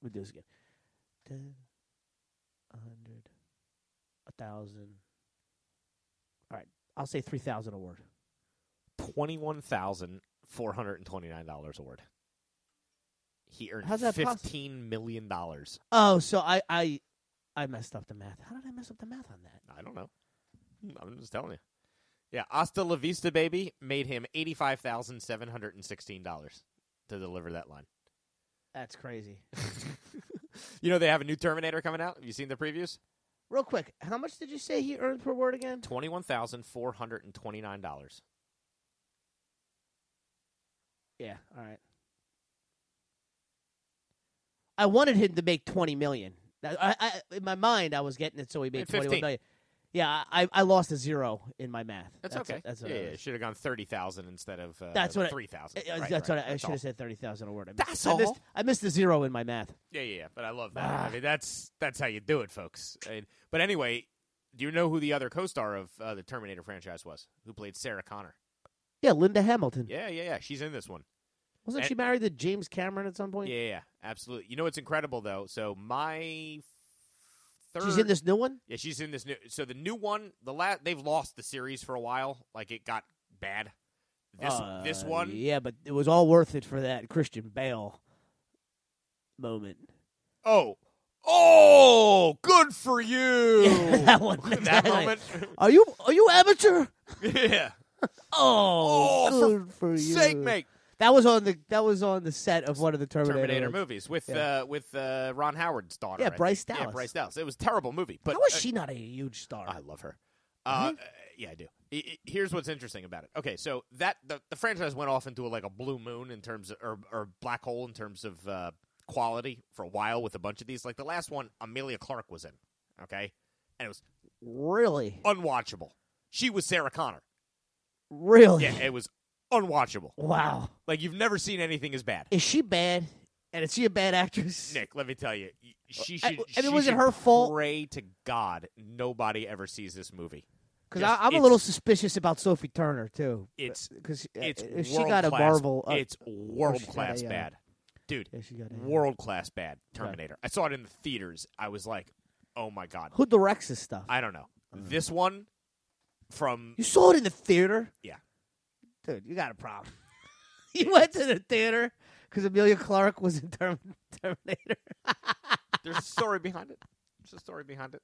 Speaker 9: We'll do this again. 10, 100, 1,000. All right, I'll say 3,000 a word.
Speaker 10: Twenty-one thousand four hundred and twenty-nine dollars a word. He earned
Speaker 9: How's that possible?
Speaker 10: fifteen million dollars.
Speaker 9: Oh, so I, I, I messed up the math. How did I mess up the math on that?
Speaker 10: I don't know. I'm just telling you. Yeah, Hasta la vista, baby, made him eighty-five thousand seven hundred and sixteen dollars to deliver that line.
Speaker 9: That's crazy.
Speaker 10: You know they have a new Terminator coming out. Have you seen the previews?
Speaker 9: Real quick, how much did you say he earned per word again?
Speaker 10: Twenty-one thousand four hundred and twenty-nine dollars.
Speaker 9: Yeah, all right. I wanted him to make twenty million. I, I, I- in my mind, I was getting it so he made
Speaker 10: Fifteen.
Speaker 9: twenty-one million. Yeah, I, I lost a zero in my math.
Speaker 10: That's, okay.
Speaker 9: That's what
Speaker 10: yeah,
Speaker 9: I
Speaker 10: yeah,
Speaker 9: was-
Speaker 10: it should have gone thirty thousand instead of uh,
Speaker 9: that's what I-
Speaker 10: three thousand.
Speaker 9: uh,
Speaker 10: Right,
Speaker 9: that's
Speaker 10: right,
Speaker 9: what I, I
Speaker 10: that's
Speaker 9: should
Speaker 10: all.
Speaker 9: have said thirty thousand a word. I missed-
Speaker 10: That's
Speaker 9: I missed,
Speaker 10: all?
Speaker 9: I missed a zero in my math.
Speaker 10: Yeah, yeah, yeah, but I love that.
Speaker 9: Ah.
Speaker 10: I mean, that's that's how you do it, folks. I mean, but anyway, do you know who the other co-star of uh, the Terminator franchise was? Who played Sarah Connor?
Speaker 9: Yeah, Linda Hamilton.
Speaker 10: Yeah, yeah, yeah. She's in this one.
Speaker 9: Wasn't
Speaker 10: And-
Speaker 9: she married to James Cameron at some point?
Speaker 10: Yeah, yeah, absolutely. You know what's incredible though? So my third,
Speaker 9: She's in this new one?
Speaker 10: Yeah, she's in this new. So the new one, the last they've lost the series for a while. Like it got bad. This
Speaker 9: Uh,
Speaker 10: this one,
Speaker 9: Yeah, but it was all worth it for that Christian Bale moment.
Speaker 10: Oh. Oh, good for you.
Speaker 9: that one.
Speaker 10: that
Speaker 9: Like,
Speaker 10: moment.
Speaker 9: Are you are you amateur?
Speaker 10: yeah.
Speaker 9: Oh,
Speaker 10: Oh,
Speaker 9: good
Speaker 10: for
Speaker 9: for, you.
Speaker 10: sake, mate.
Speaker 9: That was on the that was on the set of one of the Terminator,
Speaker 10: Terminator movies with
Speaker 9: Yeah.
Speaker 10: uh, with uh, Ron Howard's daughter.
Speaker 9: Yeah,
Speaker 10: I think.
Speaker 9: Bryce
Speaker 10: Yeah,
Speaker 9: Dallas.
Speaker 10: Bryce Dallas. It was a terrible movie. But
Speaker 9: How is
Speaker 10: uh,
Speaker 9: she not a huge star? I
Speaker 10: love her. Uh, uh, yeah, I do. I- I- here's what's interesting about it. Okay, so that the, the franchise went off into like a blue moon in terms of, or or black hole in terms of uh, quality for a while with a bunch of these. Like the last one, Amelia Clark was in. Okay, and it was
Speaker 9: Really,
Speaker 10: unwatchable. She was Sarah Connor.
Speaker 9: really.
Speaker 10: Yeah, it was unwatchable.
Speaker 9: Wow.
Speaker 10: Like you've never seen anything as bad.
Speaker 9: Is she bad? And is she a bad actress?
Speaker 10: Nick, let me tell you, y- she
Speaker 9: Uh,
Speaker 10: should.
Speaker 9: I- I mean,
Speaker 10: she
Speaker 9: was it
Speaker 10: should
Speaker 9: her fault?
Speaker 10: Pray to God nobody ever sees this movie
Speaker 9: Because
Speaker 10: Just-
Speaker 9: I'm a
Speaker 10: it's-
Speaker 9: little suspicious about Sophie Turner too.
Speaker 10: It's
Speaker 9: because
Speaker 10: it's
Speaker 9: if she
Speaker 10: world
Speaker 9: got a
Speaker 10: class-
Speaker 9: Marvel, uh,
Speaker 10: it's
Speaker 9: or she got
Speaker 10: world class
Speaker 9: a, uh,
Speaker 10: bad, dude.
Speaker 9: she got a- uh,
Speaker 10: world class bad Terminator. I saw it in the theaters. I was like, oh my god.
Speaker 9: Who Uh-huh. directs this stuff?
Speaker 10: I don't know. This one from
Speaker 9: You saw it in the theater,
Speaker 10: yeah.
Speaker 9: dude. You got a problem. you went to the theater because Amelia Clark was in Term- Terminator.
Speaker 10: There's a story behind it. There's a story behind it.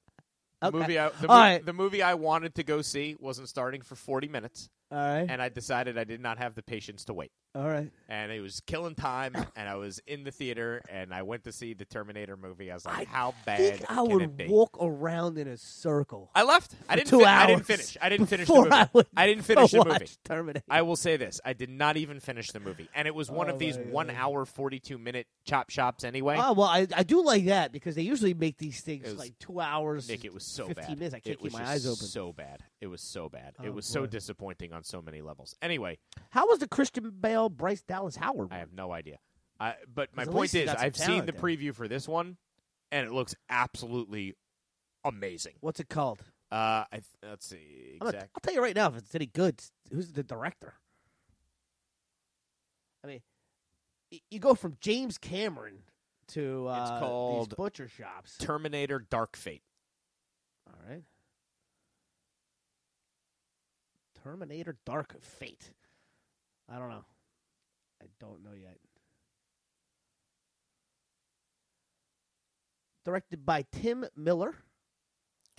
Speaker 9: Okay.
Speaker 10: Movie I, the,
Speaker 9: All
Speaker 10: mo-
Speaker 9: right.
Speaker 10: the movie I wanted to go see wasn't starting for 40 minutes.
Speaker 9: All right.
Speaker 10: And I decided I did not have the patience to wait.
Speaker 9: All right.
Speaker 10: And it was killing time, and I was in the theater, and I went to see the Terminator movie. I was like, how bad
Speaker 9: think I
Speaker 10: can it
Speaker 9: would
Speaker 10: be?
Speaker 9: walk around in a circle.
Speaker 10: I left.
Speaker 9: for
Speaker 10: I didn't.
Speaker 9: two
Speaker 10: fi-
Speaker 9: hours.
Speaker 10: I didn't finish. I didn't finish the
Speaker 9: before
Speaker 10: movie.
Speaker 9: I,
Speaker 10: I,
Speaker 9: would
Speaker 10: didn't finish the movie.
Speaker 9: watch Terminator.
Speaker 10: I will say this: I did not even finish the movie, and it was one
Speaker 9: Oh
Speaker 10: of these
Speaker 9: my God.
Speaker 10: one-hour, forty-two minute chop shops. Anyway,
Speaker 9: Oh well, I, I do like that because they usually make these things
Speaker 10: It was-
Speaker 9: like two hours.
Speaker 10: Nick, it was so
Speaker 9: 15
Speaker 10: bad.
Speaker 9: minutes. I
Speaker 10: It
Speaker 9: can't keep
Speaker 10: was
Speaker 9: my
Speaker 10: just
Speaker 9: eyes open.
Speaker 10: So bad. It was so bad.
Speaker 9: Oh,
Speaker 10: it was
Speaker 9: boy.
Speaker 10: so disappointing on so many levels. Anyway,
Speaker 9: How was the Christian Bale Bryce Dallas Howard?
Speaker 10: I have no idea. I, but my
Speaker 9: at
Speaker 10: point
Speaker 9: least he
Speaker 10: is,
Speaker 9: got some
Speaker 10: I've seen
Speaker 9: talent
Speaker 10: the
Speaker 9: there.
Speaker 10: preview for this one, and it looks absolutely amazing.
Speaker 9: What's it called?
Speaker 10: Uh, I th- let's see.
Speaker 9: I'm gonna-
Speaker 10: Exact.
Speaker 9: I'll tell you right now if it's any good. it's- Who's the director? I mean, y- you go from James Cameron to uh,
Speaker 10: It's
Speaker 9: these
Speaker 10: called
Speaker 9: butcher shops.
Speaker 10: Terminator Dark Fate.
Speaker 9: All right. Terminator Dark Fate. I don't know. I don't know yet. Directed by Tim Miller.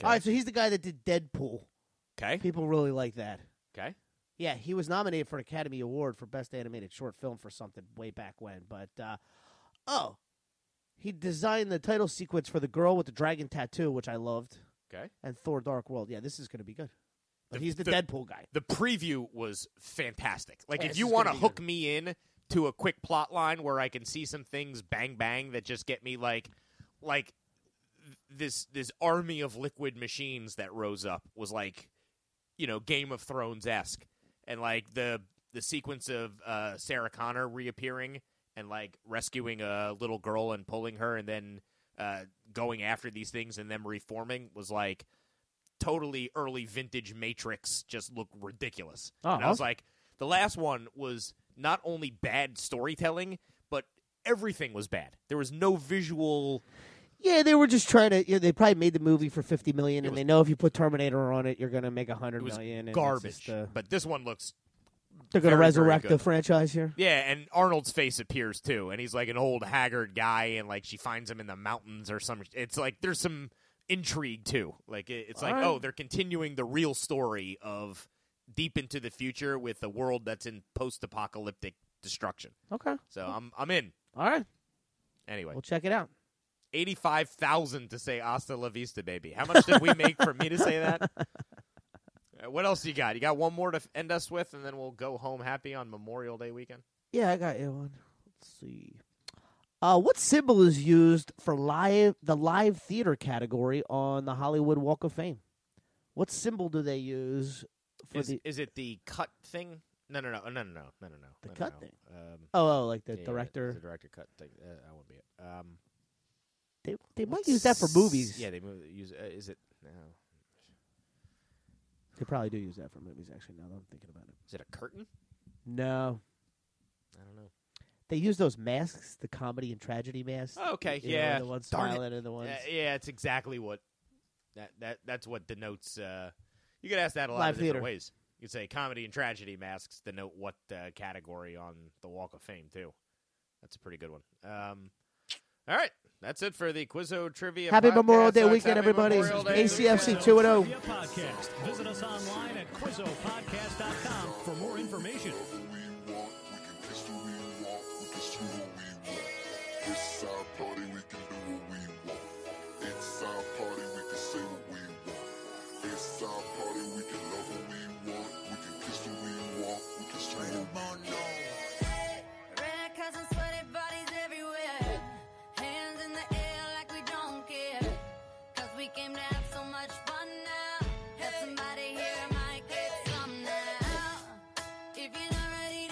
Speaker 9: All right, so he's the guy that did Deadpool.
Speaker 10: Okay.
Speaker 9: People really like that.
Speaker 10: Okay.
Speaker 9: Yeah, he was nominated for an Academy Award for Best Animated Short Film for something way back when. But, uh, oh, he designed the title sequence for The Girl with the Dragon Tattoo, which I loved.
Speaker 10: Okay.
Speaker 9: And Thor Dark World. Yeah, this is going to be good. But
Speaker 10: The-
Speaker 9: he's the,
Speaker 10: the-
Speaker 9: Deadpool guy.
Speaker 10: The preview was fantastic. Like,
Speaker 9: Yeah,
Speaker 10: if
Speaker 9: this
Speaker 10: you
Speaker 9: is gonna
Speaker 10: want to
Speaker 9: be
Speaker 10: hook me in to a quick plot line where I can see some things bang bang that just get me like, like th- this this army of liquid machines that rose up was like, you know, Game of Thrones esque, and like the the sequence of uh, Sarah Connor reappearing and like rescuing a little girl and pulling her, and then uh, going after these things and them reforming was like totally early vintage Matrix just looked ridiculous.
Speaker 9: Oh,
Speaker 10: and I was
Speaker 9: awesome.
Speaker 10: like, the last one was not only bad storytelling, but everything was bad. There was no visual.
Speaker 9: Yeah, they were just trying to. You know, they probably made the movie for fifty million,
Speaker 10: It
Speaker 9: and
Speaker 10: was-
Speaker 9: they know if you put Terminator on it, you're going to make a
Speaker 10: It
Speaker 9: hundred
Speaker 10: was
Speaker 9: million. and it's
Speaker 10: garbage.
Speaker 9: just, uh,
Speaker 10: but this one looks.
Speaker 9: they're going to
Speaker 10: very, very
Speaker 9: resurrect the
Speaker 10: good.
Speaker 9: franchise here.
Speaker 10: Yeah, and Arnold's face appears too, and he's like an old haggard guy, and like she finds him in the mountains or some. It's like there's some intrigue too. Like it, it's
Speaker 9: All
Speaker 10: like
Speaker 9: right.
Speaker 10: oh, they're continuing the real story of deep into the future with a world that's in post-apocalyptic destruction.
Speaker 9: Okay.
Speaker 10: So I'm I'm in.
Speaker 9: All right.
Speaker 10: Anyway,
Speaker 9: We'll check it out.
Speaker 10: eighty-five thousand to say "Hasta la vista, baby." How much did we make for me to say that? Uh, What else you got? You got one more to f- end us with, and then we'll go home happy on Memorial Day weekend.
Speaker 9: Yeah, I got you one. Let's see. Uh, what symbol is used for live the live theater category on the Hollywood Walk of Fame? What symbol do they use for
Speaker 10: Is,
Speaker 9: the
Speaker 10: is it the cut thing? No, no, no, no, no, no, no, no, no. The
Speaker 9: cut thing?
Speaker 10: Um,
Speaker 9: Oh, oh, like the
Speaker 10: yeah, yeah,
Speaker 9: director-
Speaker 10: the director cut thing. Uh, that won't be it. Um,
Speaker 9: They they might
Speaker 10: what
Speaker 9: use that for
Speaker 10: s-
Speaker 9: movies.
Speaker 10: Yeah, they move, use. Uh, is it? No.
Speaker 9: They probably do use that for movies. Actually, now that I'm thinking about it,
Speaker 10: Is it a curtain?
Speaker 9: no,
Speaker 10: I don't know.
Speaker 9: they use those masks, the comedy and tragedy masks.
Speaker 10: Oh, okay,
Speaker 9: You know,
Speaker 10: yeah.
Speaker 9: the ones
Speaker 10: Darn it.
Speaker 9: smiling and the
Speaker 10: Yeah,
Speaker 9: ones
Speaker 10: yeah, it's exactly what that that that's what denotes. Uh, you could ask that a lot
Speaker 9: Live
Speaker 10: of different
Speaker 9: theater.
Speaker 10: ways. You could say comedy and tragedy masks denote what uh, category on the Walk of Fame too. That's a pretty good one. Um, all right, that's it for the Quizzo trivia.
Speaker 9: Happy Memorial
Speaker 10: podcast.
Speaker 9: Day
Speaker 10: Happy
Speaker 9: weekend, everybody.
Speaker 10: Memorial Day
Speaker 9: ACFC
Speaker 10: weekend.
Speaker 9: two and oh. zero.
Speaker 12: Podcast. Visit us online at quizzopodcast.com for more information.
Speaker 6: Red cups and sweaty bodies everywhere. Hands in the air like we don't care. 'Cause we came to have so much fun now. That somebody here might get some now. If you're not ready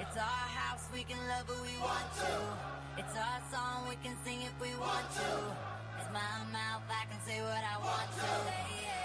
Speaker 6: It's our house, we can love who we want to. It's our song, we can sing if we want to. It's my mouth, I can say what I want to. Say it.